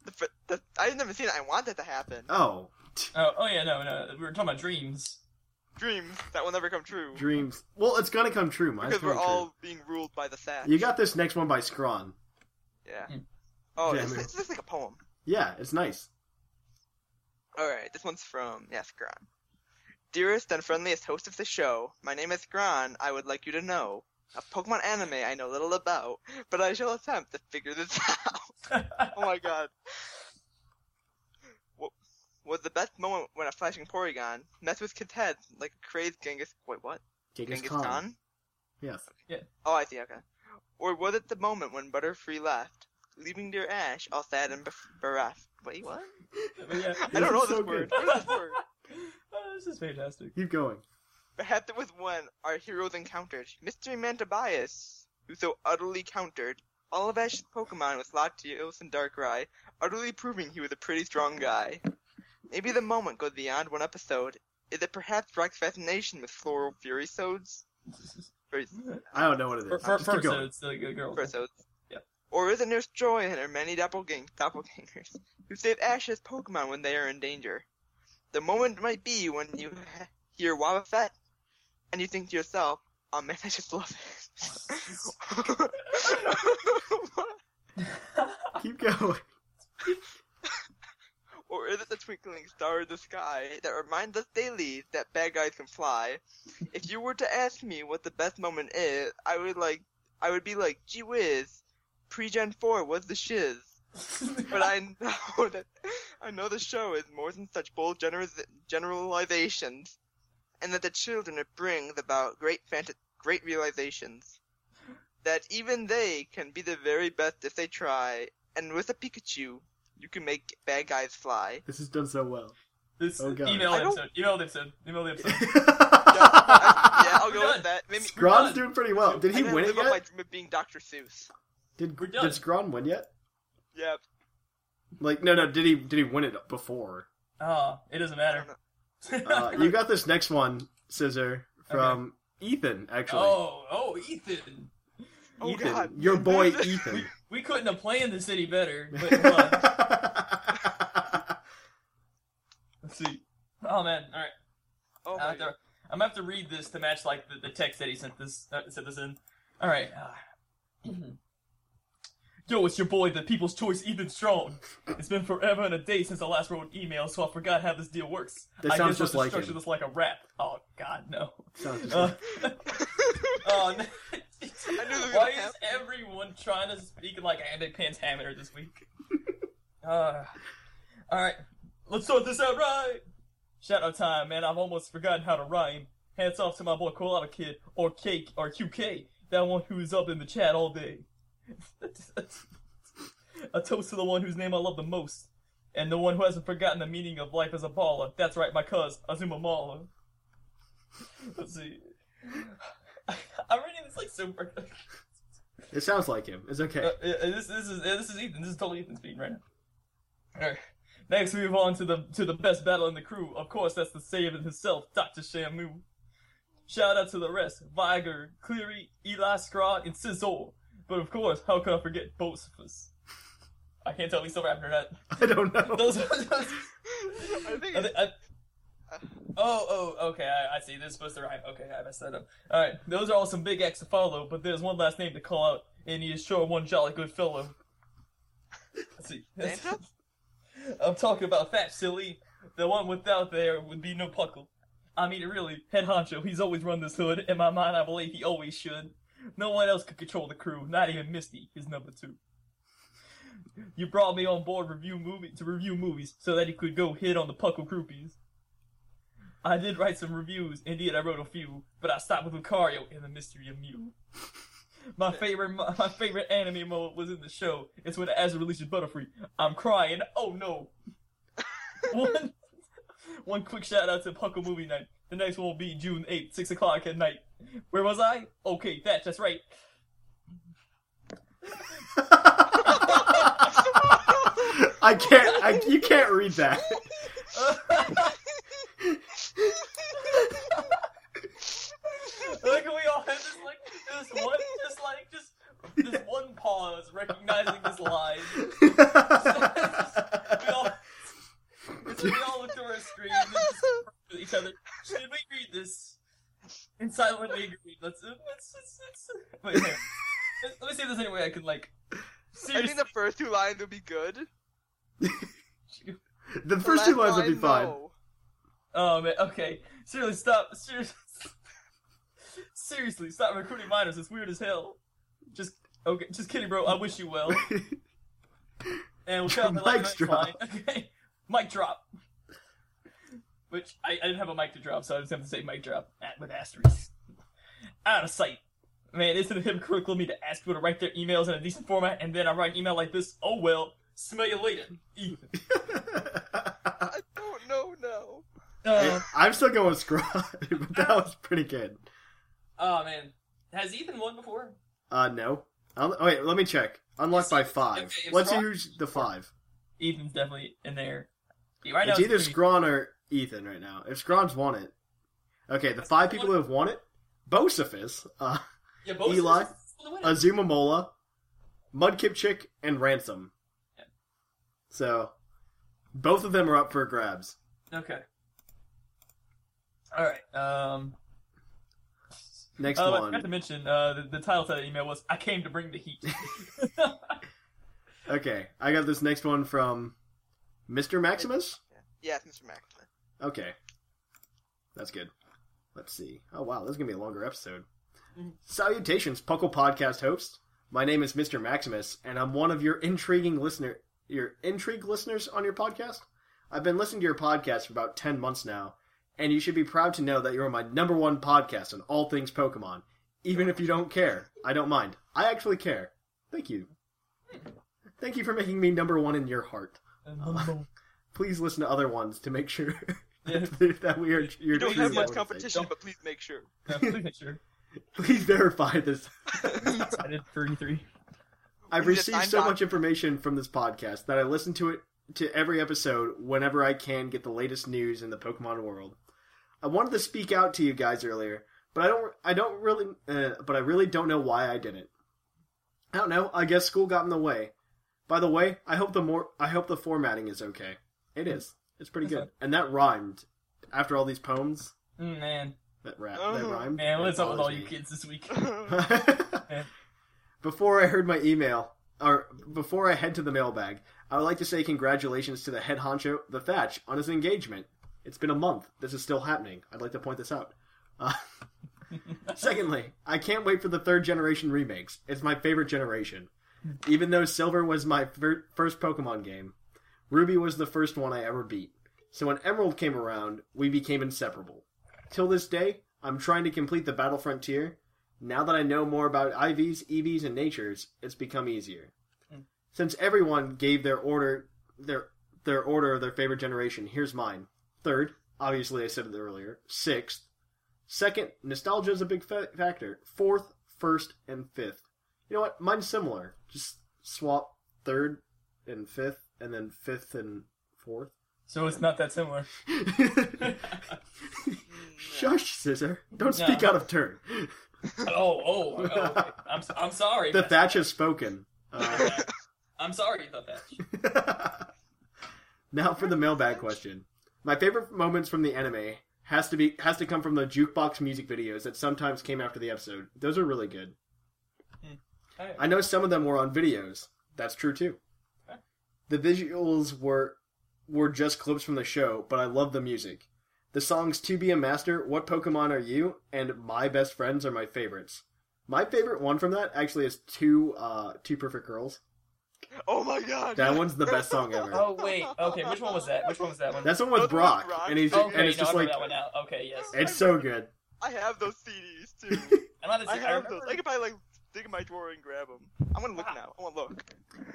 S7: The, fr- the, I had never seen it. I want that to happen.
S1: Oh,
S7: Mm-hmm.
S5: Oh, oh yeah, no, no. We were talking about dreams.
S7: Dreams that will never come true.
S1: dreams. Well, it's gonna come true, Mine's
S7: because we're
S1: coming
S7: all being ruled by the Thatch.
S1: true. You got this next one by Scron.
S7: Yeah. Oh,
S1: Yeah,
S7: it's,
S1: man.
S7: it's just like a poem.
S1: Yeah, it's nice.
S7: All right, this one's from yes, Gran. Dearest and friendliest host of the show, my name is Gran. I would like you to know a Pokemon anime I know little about, but I shall attempt to figure this out. oh my god. What was the best moment when a flashing Porygon messed with kid's head like a crazed Genghis? Wait, what?
S1: Genghis, Khan. Yes.
S7: Oh, I see. Okay. Or was it the moment when Butterfree left, leaving dear Ash all sad and bef- bereft? Wait, what?
S5: But yeah.
S7: I don't know
S1: is
S7: this
S1: so good.
S7: word. What is this word?
S5: Oh, this is fantastic.
S1: Keep going.
S7: Perhaps it was when our heroes encountered Mystery Man Tobias, who so utterly countered all of Ash's Pokemon with Latios and Darkrai, utterly proving he was a pretty strong guy. Maybe the moment goes beyond one episode. Is it perhaps Rock's fascination with Floral Fury Sodes? Fury
S1: I don't know what it
S5: For,
S1: is.
S5: for,
S1: Uh, Just
S5: for
S1: keep
S5: so
S1: going.
S5: it's the good girl.
S7: Sodes?
S5: Yep.
S7: Or is it Nurse Joy and her many doppelgang- doppelgangers, who save Ash's Pokemon when they are in danger? The moment might be when you ha- hear Wobbuffet, and you think to yourself, oh man, I just love it.
S1: Keep going.
S7: or is it the twinkling star in the sky that reminds us daily that bad guys can fly? If you were to ask me what the best moment is, I would like, I would be like, gee whiz, pre-gen 4 was the shiz. but I know that I know the show is more than such bold generis- generalizations, and that the children it brings about great fant- great realizations. That even they can be the very best if they try, and with a Pikachu, you can make bad guys fly.
S1: This has done so well.
S5: This
S1: Oh, God.
S5: email
S7: I don't-
S5: episode. Email episode. Email episode.
S7: Yeah, I'll
S5: We're
S7: go
S5: done.
S7: with that. Maybe
S1: Scron's doing pretty well. Did
S7: I
S1: he
S7: gotta
S1: win it
S7: live up my
S1: yet?
S7: dream of being Dr. Seuss.
S1: Did
S5: We're done.
S1: did Scron win yet?
S7: Yep.
S1: Like no, no. Did he did he win it before?
S5: oh, it doesn't
S7: I
S5: matter.
S7: don't know.
S1: Uh, you got this next one, Scissor, from Ethan. Actually,
S5: oh, oh, Ethan.
S7: Oh
S1: Ethan,
S7: God.
S1: your boy Ethan.
S5: We couldn't have planned the city better. But hold on. Let's see. Oh man, all right.
S7: Oh
S5: I
S7: my
S5: have to,
S7: god.
S5: I'm gonna have to read this to match like the, the text that he sent this uh, sent this in. All right. Ah. Yo, it's your boy, the People's Choice, Ethan Strong. It's been forever and a day since I last wrote an email, so I forgot how this deal works.
S1: That
S5: I
S1: sounds
S5: guess
S1: just
S5: I'll
S1: like
S5: structure
S1: him.
S5: this like a rap. Oh God, no.
S1: Sounds just
S5: Uh,
S1: like-
S5: oh, no.
S7: this was
S5: Why
S7: gonna
S5: is everyone trying to speak like Andy Pants Hammer this week? uh, all right, let's sort this out right. Shadow time, man. I've almost forgotten how to rhyme. Hats off to my boy Colada Kid or Cake or QK, that one who's up in the chat all day. a toast to the one whose name I love the most, and the one who hasn't forgotten the meaning of life as a baller. That's right, my cuz Azuma Mala. Let's see. I'm reading this like super.
S1: It sounds like him. It's okay.
S5: Uh, uh, this this is uh, this is Ethan. This is totally Ethan speaking right now. Alright. Next, we move on to the to the best battle in the crew. Of course, that's the Saiyan himself, Doctor Shamu. Shout out to the rest: Viger, Cleary, Eli Scrod, and Sizzle. But of course, how could I forget Bocephus? I can't tell if he's still rapping or not.
S1: I don't know.
S5: Those, those,
S7: I think
S5: I
S7: it's
S5: thi- I- oh, oh, okay. I, I see. They're supposed to rhyme. Okay, I messed that up. All right, those are all some big acts to follow, but there's one last name to call out, and he is sure one jolly good fellow. Let's see.
S7: Santa?
S5: I'm talking about Fat Silly. The one without there would be no puckle. I mean, really, head honcho, he's always run this hood. In my mind, I believe he always should. No one else could control the crew, not even Misty, his number two. You brought me on board review movie to review movies so that he could go hit on the puckle groupies. I did write some reviews, indeed I wrote a few, but I stopped with Lucario and the Mystery of Mew. My favorite, my, my favorite anime moment was in the show. It's when Azure releases Butterfree. I'm crying. Oh no. one, one quick shout out to Puckle Movie Night. The next one will be June 8th, six o'clock at night. Where was I? Okay, that that's right.
S1: I can't. I, you can't read that.
S5: Like we all have this like this one, just like just this one pause, recognizing this line. We all, it's we all looked over our screen and just at each other. Should we read this? And silently agreed. Let's. let's, let's, let's wait, here. Let- Let me see if there's any way I can like.
S7: I think
S5: Seriously,
S7: the first two lines would be good.
S1: The first two
S7: Last
S1: lines would be fine.
S7: line, no.
S5: Oh man, okay. Seriously, stop. Seriously, seriously, stop recruiting minors. It's weird as hell. Just okay. Just kidding, bro. I wish you well. and we'll count the
S1: Mic
S5: last
S1: drop.
S5: line. Okay, mic drop. Which I, I didn't have a mic to drop, so I just have to say mic drop at, with asterisks. Out of sight. Man, isn't it hypocritical of me to ask people to write their emails in a decent format, and then I write an email like this? Oh well, smell you later. Ethan.
S7: I don't know now.
S5: Uh,
S1: I'm still going Scrod, but that was pretty good.
S5: oh man, has Ethan won before?
S1: Uh, no. I'll, oh, wait, let me check. Unlocked by five.
S5: okay, if
S1: Let's
S5: Scrod-
S1: use the five.
S5: Ethan's definitely in there. Yeah, Right
S1: It's
S5: now,
S1: either
S5: pretty-
S1: Scrawn or Ethan right now. If Scrawn's won it, okay, the five people who have won it: Bocephus, uh,
S5: yeah, both
S1: Eli,
S5: of us is the winner.
S1: Azuma Mola, Mudkip Chick, and Ransom.
S5: Yeah.
S1: So, both of them are up for grabs.
S5: okay. All right. Um,
S1: Next
S5: oh, I forgot to
S1: one.
S5: mention uh, the, the title to that email was "I Came to Bring the Heat."
S1: Okay, I got this next one from Mr. Maximus.
S7: Yes, Mr. Maximus.
S1: Okay. That's good. Let's see. Oh, wow, this is going to be a longer episode. Salutations, Puckle Podcast host. My name is Mr. Maximus, and I'm one of your intriguing listener, your intrigue listeners on your podcast. I've been listening to your podcast for about 10 months now, and you should be proud to know that you're my number one podcast on all things Pokemon. Even if you don't care, I don't mind. I actually care. Thank you. Thank you for making me number one in your heart please listen to other ones to make sure that, that we are. You're
S7: We don't
S1: choosing
S7: have
S1: what
S7: much
S1: to say.
S7: competition, but please make sure.
S5: Yeah, please make sure.
S1: Please verify this.
S5: I did thirty-three.
S1: I've
S7: We need a
S1: received
S7: time
S1: so
S7: box.
S1: much information from this podcast that I listen to it to every episode whenever I can get the latest news in the Pokemon world. I wanted to speak out to you guys earlier, but I don't. I don't really. Uh, but I really don't know why I didn't. I don't know. I guess school got in the way. By the way, I hope the more. I hope the formatting is okay. It is. It's pretty good, and that rhymed after all these poems.
S5: Mm, man,
S1: That rap, that rhyme.
S5: man, what's up with all you
S1: Apology.
S5: kids this week?
S1: before I heard my email, or before I head to the mailbag, I would like to say congratulations to the head honcho, the Thatch, on his engagement. It's been a month. This is still happening. I'd like to point this out. Uh, secondly, I can't wait for the third generation remakes. It's my favorite generation. Even though Silver was my fir- first Pokemon game, Ruby was the first one I ever beat. So when Emerald came around, we became inseparable. Till this day, I'm trying to complete the Battle Frontier. Now that I know more about IVs, EVs, and natures, it's become easier. Since everyone gave their order their their order of their favorite generation, here's mine. Third, obviously I said it earlier. Sixth, second, nostalgia is a big fa- factor. Fourth, first, and fifth. You know what? Mine's similar. Just swap third and fifth, and then fifth and fourth.
S5: So it's not that similar.
S1: Shush, Scissor. Don't speak out of turn.
S5: Oh, oh, oh, okay. I'm, I'm sorry.
S1: The Thatch has spoken. Uh,
S5: I'm sorry about that.
S1: now for the mailbag question. My favorite moments from the anime has to be has to come from the jukebox music videos that sometimes came after the episode. Those are really good. I know some of them were on videos. That's true too. The visuals were were just clips from the show, but I love the music. The songs "To Be a Master," "What Pokemon Are You," and "My Best Friends" are my favorites. My favorite one from that actually is two uh, two perfect girls.
S7: Oh my god.
S1: That one's the best song ever.
S5: Oh wait, okay. Which one was that? Which one was that one? Oh,
S1: That's the one with
S7: That's the one with
S1: Brock,
S7: Brock.
S1: and he's
S5: okay.
S1: and it's
S5: no,
S1: just
S5: I remember
S1: like
S5: that one now. Okay, yes.
S1: it's so good.
S7: I have those CDs too.
S5: I'm not
S7: I
S5: I
S7: have
S5: remember,
S7: those. I could probably like dig in my drawer and grab them. I'm gonna look now. I wanna look.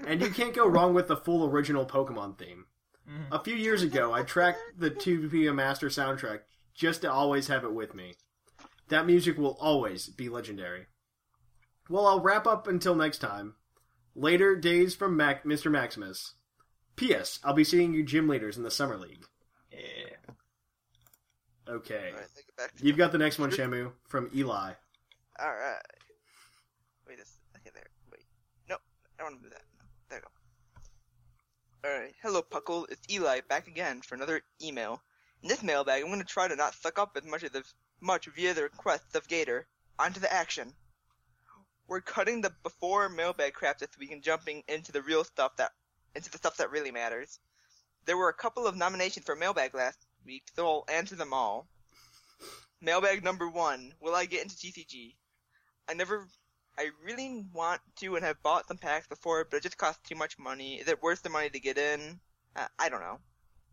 S1: And you can't go wrong with the full original Pokemon theme.
S5: Mm-hmm.
S1: A few years ago, I tracked the 2 PM Master soundtrack just to always have it with me. That music will always be legendary. Well, I'll wrap up until next time. Later days from Mac- Mr. Maximus. P.S. I'll be seeing you gym leaders in the summer league.
S5: yeah.
S1: Okay,
S7: Alright, take it back to
S1: you've got the next one, Shamu, from Eli.
S7: Alright. Wait a second there. Wait. No, I don't want to do that. No, There we go. Alright. Hello, Puckle. It's Eli back again for another email. In this mailbag, I'm going to try to not suck up as much of this much via the requests of Gator. Onto the action. We're cutting the before mailbag crap this week and jumping into the real stuff that into the stuff that really matters. There were a couple of nominations for mailbag last week, so I'll answer them all. Mailbag number one: Will I get into TCG? I never. I really want to and have bought some packs before, but it just costs too much money. Is it worth the money to get in? Uh, I don't know.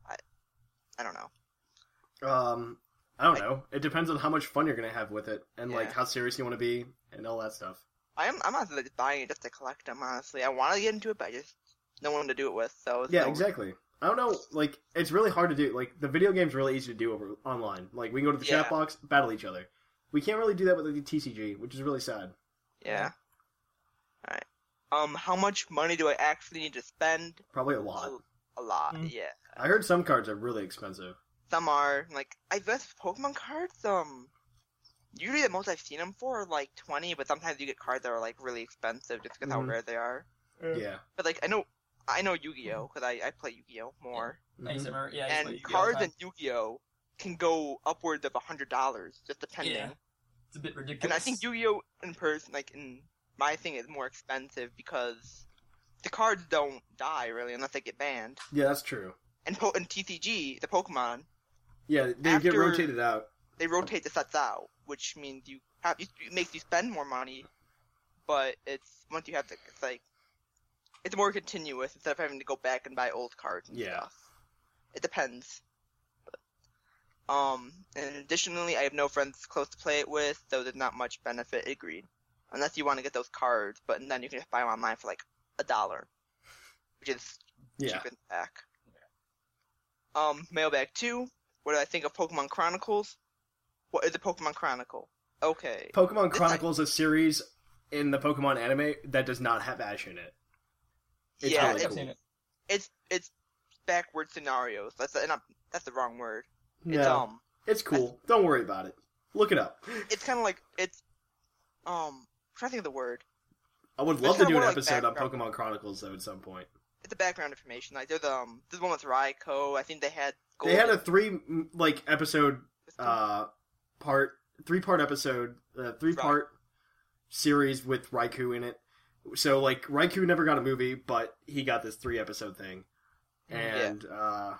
S7: I, I don't know.
S1: Um, I don't know. It depends on how much fun you're gonna have with it, and like
S7: Yeah.
S1: how serious you want to be, and all that stuff.
S7: I'm I'm honestly like buying it just to collect them. Honestly, I want to get into it, but I just no one to do it with. So it's
S1: Yeah,
S7: no-
S1: exactly. I don't know. Like, it's really hard to do. Like, the video game's really easy to do over online. Like, we can go to the chat
S7: Yeah.
S1: box, battle each other. We can't really do that with the TCG, which is really sad.
S7: Yeah. All right. Um, how much money do I actually need to spend?
S1: Probably a lot.
S7: A lot.
S1: Mm-hmm.
S7: Yeah.
S1: I heard some cards are really expensive.
S7: Some are like I guess Pokemon cards. Um, usually the most I've seen them for are like twenty, but sometimes you get cards that are like really expensive just because
S5: Mm-hmm.
S1: Mhm.
S7: how rare they are.
S1: Yeah.
S7: But like I know, I know Yu-Gi-Oh because I, I play Yu-Gi-Oh more,
S1: Mm-hmm.
S5: I used to remember- yeah, I used to play
S7: and
S5: Yu-Gi-Oh! all the
S7: cards
S5: time.
S7: in Yu-Gi-Oh can go upwards of a hundred dollars just depending.
S5: Yeah, it's a bit ridiculous.
S7: And I think Yu-Gi-Oh in person, like in my thing, is more expensive because the cards don't die really unless they get banned.
S1: Yeah, that's true.
S7: And po- and TCG, the Pokemon,
S1: Yeah, they get
S7: After-
S1: rotated out.
S7: they rotate the sets out, which means you have it makes you spend more money, but it's once you have the it's like it's more continuous instead of having to go back and buy old cards. And
S1: Yeah.
S7: stuff. it depends. But, um, and additionally, I have no friends close to play it with, so there's not much benefit. Agreed, unless you want to get those cards, but then you can just buy them online for like a dollar, which is
S1: Yeah.
S7: keep it back. Um, mailbag two. What do I think of Pokemon Chronicles? What is a Pokemon Chronicle? Okay.
S1: Pokemon Chronicles is a series in the Pokemon anime that does not have Ash in it. It's
S7: yeah,
S1: really
S7: it-
S5: I've
S1: cool.
S5: seen it.
S7: it's it's backward scenarios. That's not, that's the wrong word.
S1: No,
S7: It's um,
S1: it's cool. Don't worry about it. Look it up.
S7: it's kind of like it's um. I'm trying to think of the word.
S1: I would
S7: It's
S1: love to
S7: kinda
S1: do an
S7: more like
S1: episode on
S7: background.
S1: Pokemon Chronicles though at some point.
S7: It's the background information. Like there's um, there's one with Raikou. I think they had
S1: They had a three mm, like episode uh part three part episode uh, three part series with Raikou in it. So like Raikou never got a movie, but he got this three episode thing.
S7: Mm,
S1: And uh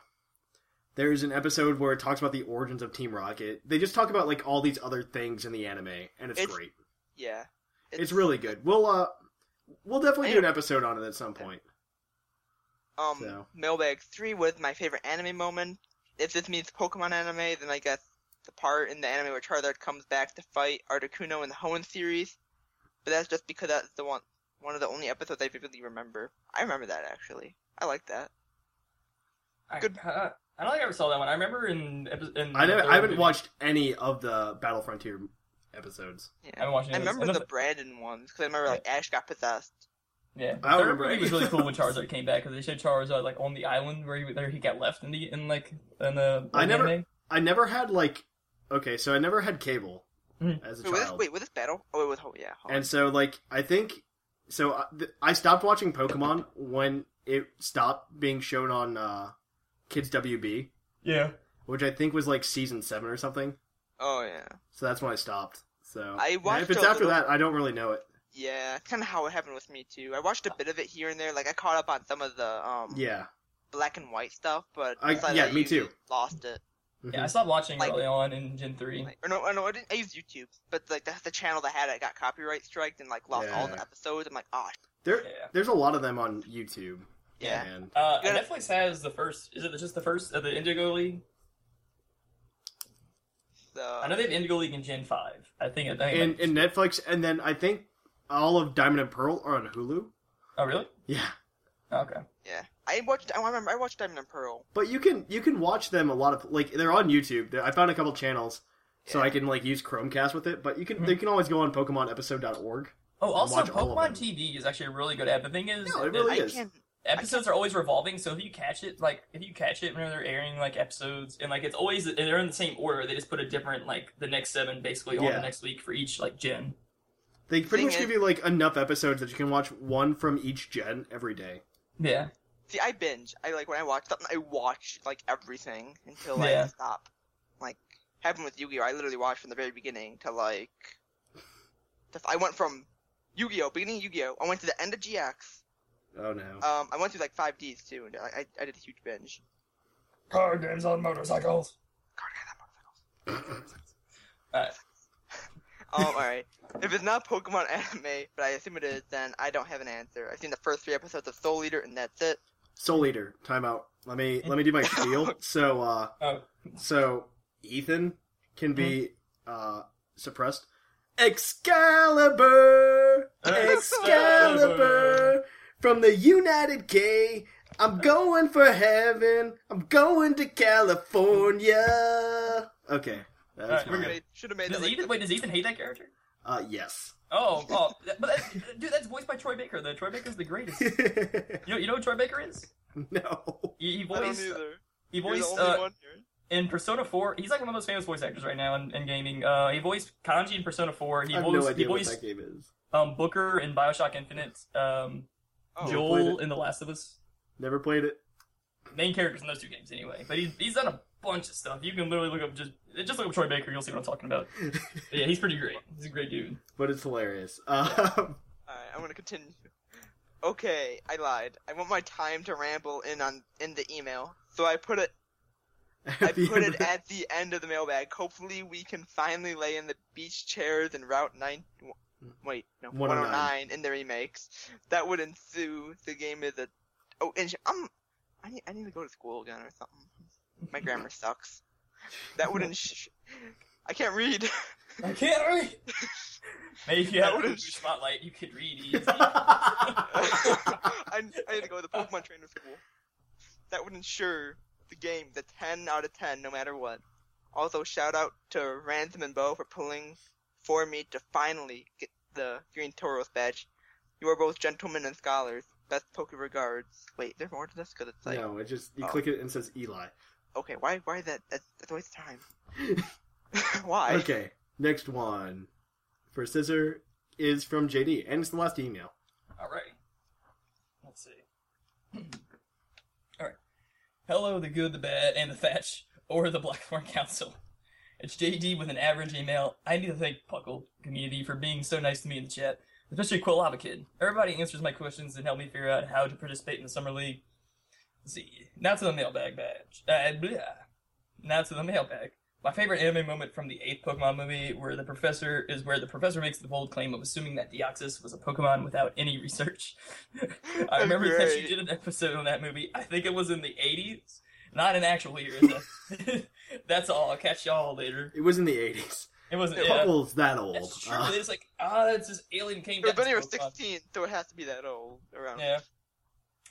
S1: there's an episode where it talks about the origins of Team Rocket. They just talk about like all these other things in the anime and it's,
S7: It's-
S1: great.
S7: Yeah.
S1: It's, really good. We'll uh we'll definitely do an episode on it at some point.
S7: um
S1: So.
S7: mailbag three was my favorite anime moment. If this means Pokemon anime, then I guess the part in the anime where Charizard comes back to fight Articuno in the Hoenn series. But that's just because that's the one one of the only episodes I vividly remember. I remember that actually. I like that.
S5: I,
S7: Good-
S5: uh, I don't think I ever saw that one. I remember in. epi- in
S1: I never,
S5: the
S1: I haven't
S5: movie-
S1: watched any of the Battle Frontier episodes.
S7: Yeah.
S5: I haven't watched any
S7: I
S5: of those.
S7: remember
S5: Another-
S7: the Brandon ones because I remember like Ash got possessed.
S5: Yeah,
S1: I
S5: I
S1: don't
S5: remember
S1: remember
S5: it was really
S1: any
S5: cool when Charizard came back because they showed Charizard like on the island where he there he got left in the in like in the.
S1: I
S5: in the
S1: never-
S5: anime.
S1: I never had like okay, so I never had cable
S5: Mhm.
S1: as a
S7: Wait, was this,
S1: child,
S7: wait, was this battle? Oh, it was oh yeah. Hold on.
S1: and so like I think so I, th- I stopped watching Pokemon when it stopped being shown on uh, Kids WB,
S5: Yeah.
S1: which I think was like season seven or something.
S7: Oh yeah.
S1: So that's when I stopped. So
S7: I
S1: and
S7: watched
S1: if it's
S7: a
S1: after
S7: little-
S1: that, I don't really know it.
S7: Yeah, that's kind of how it happened with me too. I watched a bit of it here and there. Like I caught up on some of the um
S1: Uh, Yeah,
S7: black and white stuff, but
S1: I-
S7: besides
S1: yeah,
S7: that,
S1: me
S7: you
S1: too.
S7: Lost it.
S1: Mhm.
S5: Yeah, I stopped watching
S7: Like-
S5: early on in Gen three.
S7: Like, or no, or no, I, didn't, I used YouTube, but like that's the channel that had it got copyright striked and like lost all the
S1: Yeah.
S7: episodes. I'm like, oh,
S1: there
S5: Yeah.
S1: there's a lot of them on YouTube.
S7: Yeah.
S1: and
S5: Uh,
S7: Yeah.
S5: Netflix has the first. Is it just the first of the Indigo League?
S7: so
S5: I know they have Indigo League in Gen five. I think. I
S1: and,
S5: think.
S1: and Netflix, and then I think all of Diamond and Pearl are on Hulu.
S5: oh really?
S1: Yeah,
S5: Okay.
S7: yeah. I watched. I remember I watched Diamond and Pearl.
S1: But you can you can watch them a lot of like they're on YouTube. They're- I found a couple channels so I can like use Chromecast with it. But you
S7: Hmm.
S1: can they can always go on PokemonEpisode.org.
S5: Oh, also
S1: watch all of
S5: Pokemon
S1: them.
S5: TV is actually a really good app. The thing is,
S1: No, it
S5: that-
S1: really
S7: I
S1: is.
S7: can.
S5: episodes are always revolving so if you catch it like if you catch it whenever they're airing like episodes and like it's always and they're in the same order they just put a different like the next seven basically on
S1: Yeah.
S5: the next week for each like gen
S1: They pretty
S7: Thing
S1: much
S7: is-
S1: give you like enough episodes that you can watch one from each gen every day.
S5: yeah
S7: See, I binge. I like when I watch something, I watch like everything until I
S5: Yeah.
S7: stop. Like happened with Yu-Gi-Oh, I literally watched from the very beginning to like. to- I went from Yu-Gi-Oh, beginning of Yu-Gi-Oh. I went to the end of GX.
S1: Oh no.
S7: Um, I went through like five Ds too, and I, I, I did a huge binge.
S8: Card games on motorcycles.
S5: uh,
S7: Um, all right. If it's not Pokemon anime, but I assume it is, then I don't have an answer. I've seen the first three episodes of Soul Eater, and that's it.
S1: Soul Eater, timeout. Let me let me do my spiel. So uh
S5: oh
S1: so Ethan can be uh suppressed. Excalibur, Excalibur, from the United K. I'm going for heaven. I'm going to California. Okay, that's
S5: Alright, we're
S1: mine.
S7: Should have made it.
S5: does
S7: Like,
S5: ethan wait does ethan hate that character
S1: Uh, yes.
S5: oh oh that- but that's, dude that's voiced by troy baker though troy baker's the greatest you know you know who troy baker is
S1: no.
S5: he, he
S7: I don't
S5: voiced
S7: either.
S5: he
S7: You're the
S5: voiced
S7: only
S5: uh,
S7: one here.
S5: in Persona 4, he's like one of the most famous voice actors right now in, in gaming. Uh, he voiced Kanji in Persona 4.
S1: I
S5: He
S1: have
S5: voiced,
S1: no
S5: he
S1: idea what
S5: voiced
S1: that game is.
S5: um, Booker in Bioshock Infinite. Um,
S7: Oh.
S5: Joel in The Last of Us.
S1: Never played it.
S5: Main characters in those two games, anyway. But he's, he's done a bunch of stuff. You can literally look up just just look up Troy Baker. You'll see what I'm talking about. But yeah, he's pretty great. He's a great dude.
S1: But it's hilarious. Um,
S7: Alright, I'm gonna continue. Okay, I lied. I want my time to ramble in on in the email, so I put it. I
S1: at the
S7: put
S1: end
S7: it
S1: of-
S7: at the end of the mailbag. Hopefully, we can finally lay in the beach chairs and Route Nine. Wait, no,
S1: 109.
S7: 109 in the remakes. That would ensue. The game is a. Oh, and sh- I'm. I need. I need to go to school again or something. My grammar sucks. That would ensure. I can't read.
S5: I can't read. Maybe if you had
S7: That
S5: a
S7: would've-
S5: Google spotlight, you could read easy.
S7: I, I need to go to the Pokemon trainer school. That would ensure the game the 10 out of 10 no matter what. Also, shout out to Ransom and Bo for pulling for me to finally get the Green Tauros badge. You are both gentlemen and scholars. Best poke regards. Wait, there's more to this? Because it's like,
S1: no, it just you
S7: Oh.
S1: click it and it says Eli.
S7: okay, why why that? That's, that's a waste of time. why?
S1: Okay, next one for Scissor is from JD, and it's the last email.
S5: All right. Let's see. All right. hello, the good, the bad, and the thatch, or the Blackthorn Council. It's JD with an average email. I need to thank Puckle community for being so nice to me in the chat, especially Quillava Kid. Everybody answers my questions and help me figure out how to participate in the Summer League. Let's see, now to the mailbag badge. Uh, blah. Now to the mailbag. My favorite anime moment from the eighth Pokemon movie, where the professor is where the professor makes the bold claim of assuming that Deoxys was a Pokemon without any research. I remember that she
S7: Great.
S5: did an episode on that movie. I think it was in the eighties, not in actual years. though. That's all. I'll catch y'all later.
S1: It was in the 80s.
S5: It wasn't.
S1: Puckle's
S5: Yeah.
S1: that old.
S5: That's true.
S1: Uh,
S5: it's like ah, it's this alien came.
S7: It was
S5: down
S7: when
S5: to
S7: he was
S5: Pokemon.
S7: 16, so it has to be that old. Around.
S5: Yeah.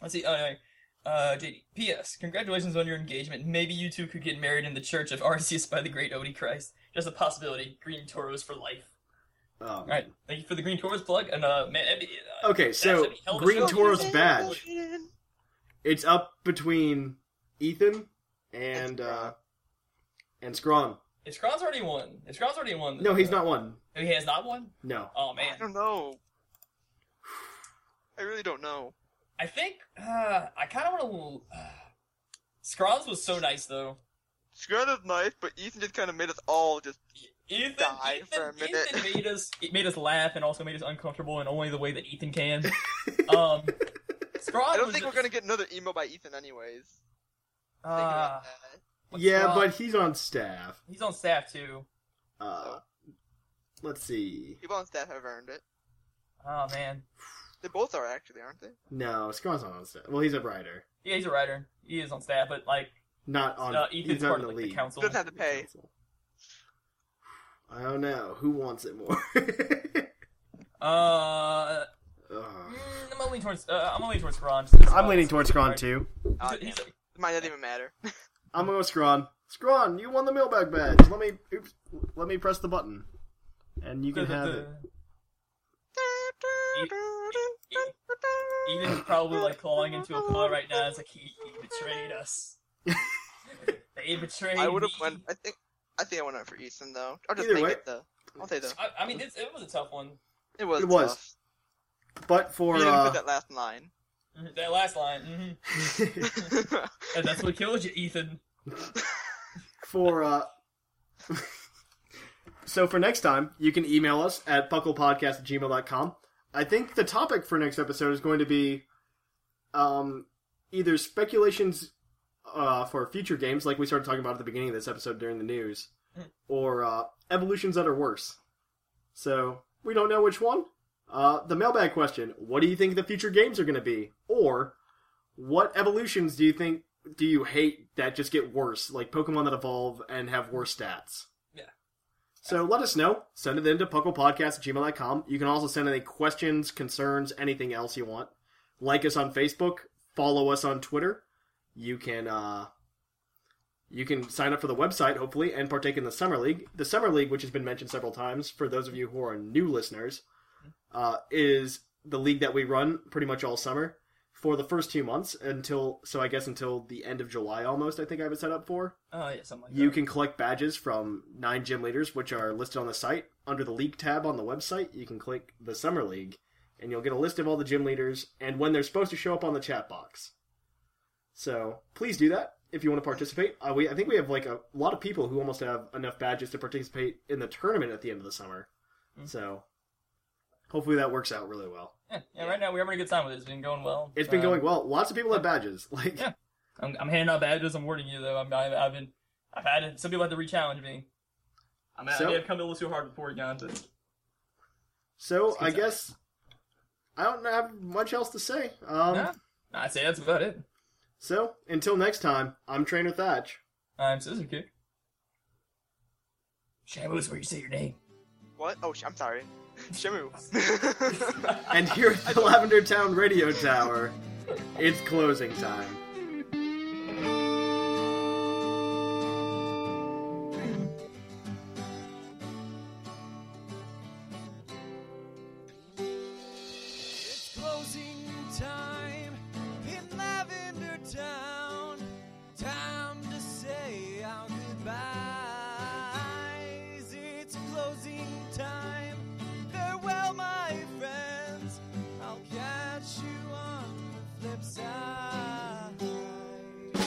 S5: Let's see. Oh, anyway. Uh, JD. P.S. Congratulations on your engagement. Maybe you two could get married in the church of Arceus by the great Odie Christ. Just a possibility. Green Toros for life.
S1: um,
S5: All right. Thank you for the Green Toros plug. And uh, man, that'd be, uh,
S1: Okay, so
S5: that'd be hell of a
S1: Green
S5: show.
S1: Tauros badge. It's up between Ethan and uh, and Scrawn.
S5: Is Kron's already won? Is Kron's already won?
S1: No, he's not one.
S5: He has not won.
S1: No.
S5: Oh
S7: I
S5: man.
S7: don't know. I really don't know.
S5: I think uh, I kind of want to. Uh, Scrawns was so nice though.
S7: Scott is nice, but Ethan just kind of made us all just.
S5: Ethan,
S7: die
S5: Ethan,
S7: for a minute.
S5: Ethan made us it made us laugh and also made us uncomfortable in only the way that Ethan can. Um, Scrawn
S7: I don't
S5: was
S7: think we're
S5: just-
S7: gonna get another email by Ethan, anyways. Think
S5: Uh,
S7: about that.
S5: but
S1: Yeah,
S5: Scrawn-
S1: but he's on staff.
S5: he's on staff too.
S1: Uh, let's see.
S7: People on staff have earned it.
S5: Oh man,
S7: They both are actually, aren't they?
S1: No, Scrawn's not on staff. Well, he's a writer,
S5: yeah, he's a writer. He is on staff, but like
S1: not on.
S5: uh,
S1: he's
S5: Ethan's
S1: not
S5: part
S1: in
S5: of
S1: the
S5: like, the
S1: league.
S5: council.
S7: Doesn't have to pay.
S1: I don't know who wants it more.
S5: Uh,
S1: Ugh.
S5: mm, I'm leaning towards uh, I'm leaning towards Scrawn. just 'cause
S1: I'm
S5: Scrawn's-
S1: leaning towards Scrawn
S5: Right.
S1: too.
S7: Oh,
S5: He's-
S7: damn. Mine doesn't even matter.
S1: I'm gonna go Scrawn. Scrawn, you won the mailbag badge. Let me, oops, let me press the button, and you can have it.
S5: Ethan's probably like clawing into a paw right now. It's like he, he betrayed us. they betrayed.
S7: I would have
S5: me.
S7: went. I think. I think I went out for Ethan though. I'll just
S1: Either
S7: make
S1: way.
S7: it the. I'll say the.
S5: I, I mean, it's, it was a tough one.
S7: It was.
S1: It was.
S7: tough.
S1: But for
S7: You didn't
S1: uh,
S7: put that last line.
S5: Mhm, That last line, hmm and that's what killed you, Ethan.
S1: for uh, so for next time, you can email us at bucklepodcast at gmail.com. I think the topic for next episode is going to be um, either speculations uh, for future games, like we started talking about at the beginning of this episode during the news, or uh, evolutions that are worse. So we don't know which one. Uh, the mailbag question: What do you think the future games are going to be? Or what evolutions do you think do you hate that just get worse, like Pokemon that evolve and have worse stats?
S5: Yeah.
S1: So let us know. Send it in to pucklepodcast at gmail.com. You can also send any questions, concerns, anything else you want. Like us on Facebook. Follow us on Twitter. You can uh, you can sign up for the website, hopefully, and partake in the Summer League. The Summer League, which has been mentioned several times, for those of you who are new listeners, uh, is the league that we run pretty much all summer for the first two months until, so I guess until the end of July almost, I think I have it set up for.
S5: Oh yeah, something like
S1: You
S5: that.
S1: can collect badges from nine gym leaders, which are listed on the site. Under the league tab on the website, you can click the Summer League, and you'll get a list of all the gym leaders and when they're supposed to show up on the chat box. So please do that if you want to participate. Uh, we, I think we have like a lot of people who almost have enough badges to participate in the tournament at the end of the summer. So hopefully that works out really well.
S5: Yeah, yeah, right now we're having a good time with it. It's been going well.
S1: It's been
S5: Um,
S1: going well. Lots of people have badges. Like
S5: Yeah. I'm, I'm handing out badges. I'm warning you though. I'm, I've, I've been, I've had it. Some people had to re-challenge me. I'm,
S1: So-
S5: I may have come a little too hard with Porygon, but
S1: so,
S5: Excuse
S1: I
S5: me.
S1: guess I don't have much else to say. Um,
S5: nah, I'd say that's about it.
S1: So, until next time, I'm Trainer Thatch.
S5: I'm Scissor Kick. Shamu's where you say your name.
S7: What? Oh, sh- I'm sorry. Shamu.
S1: And here at the Lavender Town Radio Tower, it's closing time.
S6: It's closing time in Lavender Town. Time to say our goodbyes. It's closing time. Farewell, my friends. I'll catch you on the flip side.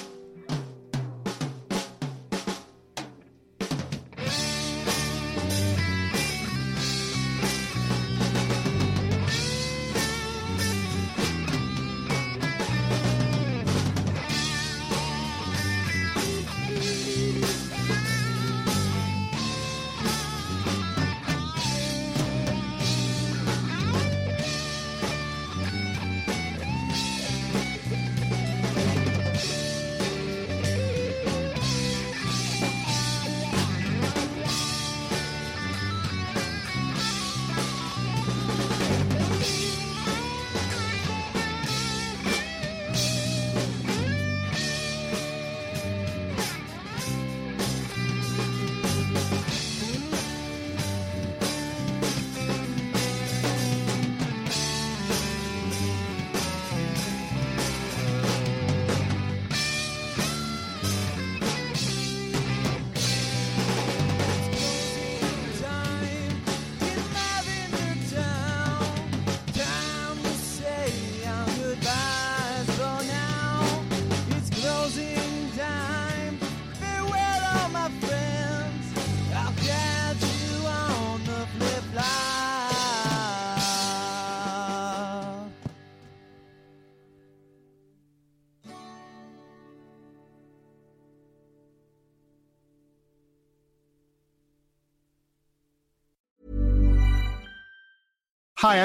S9: Hi,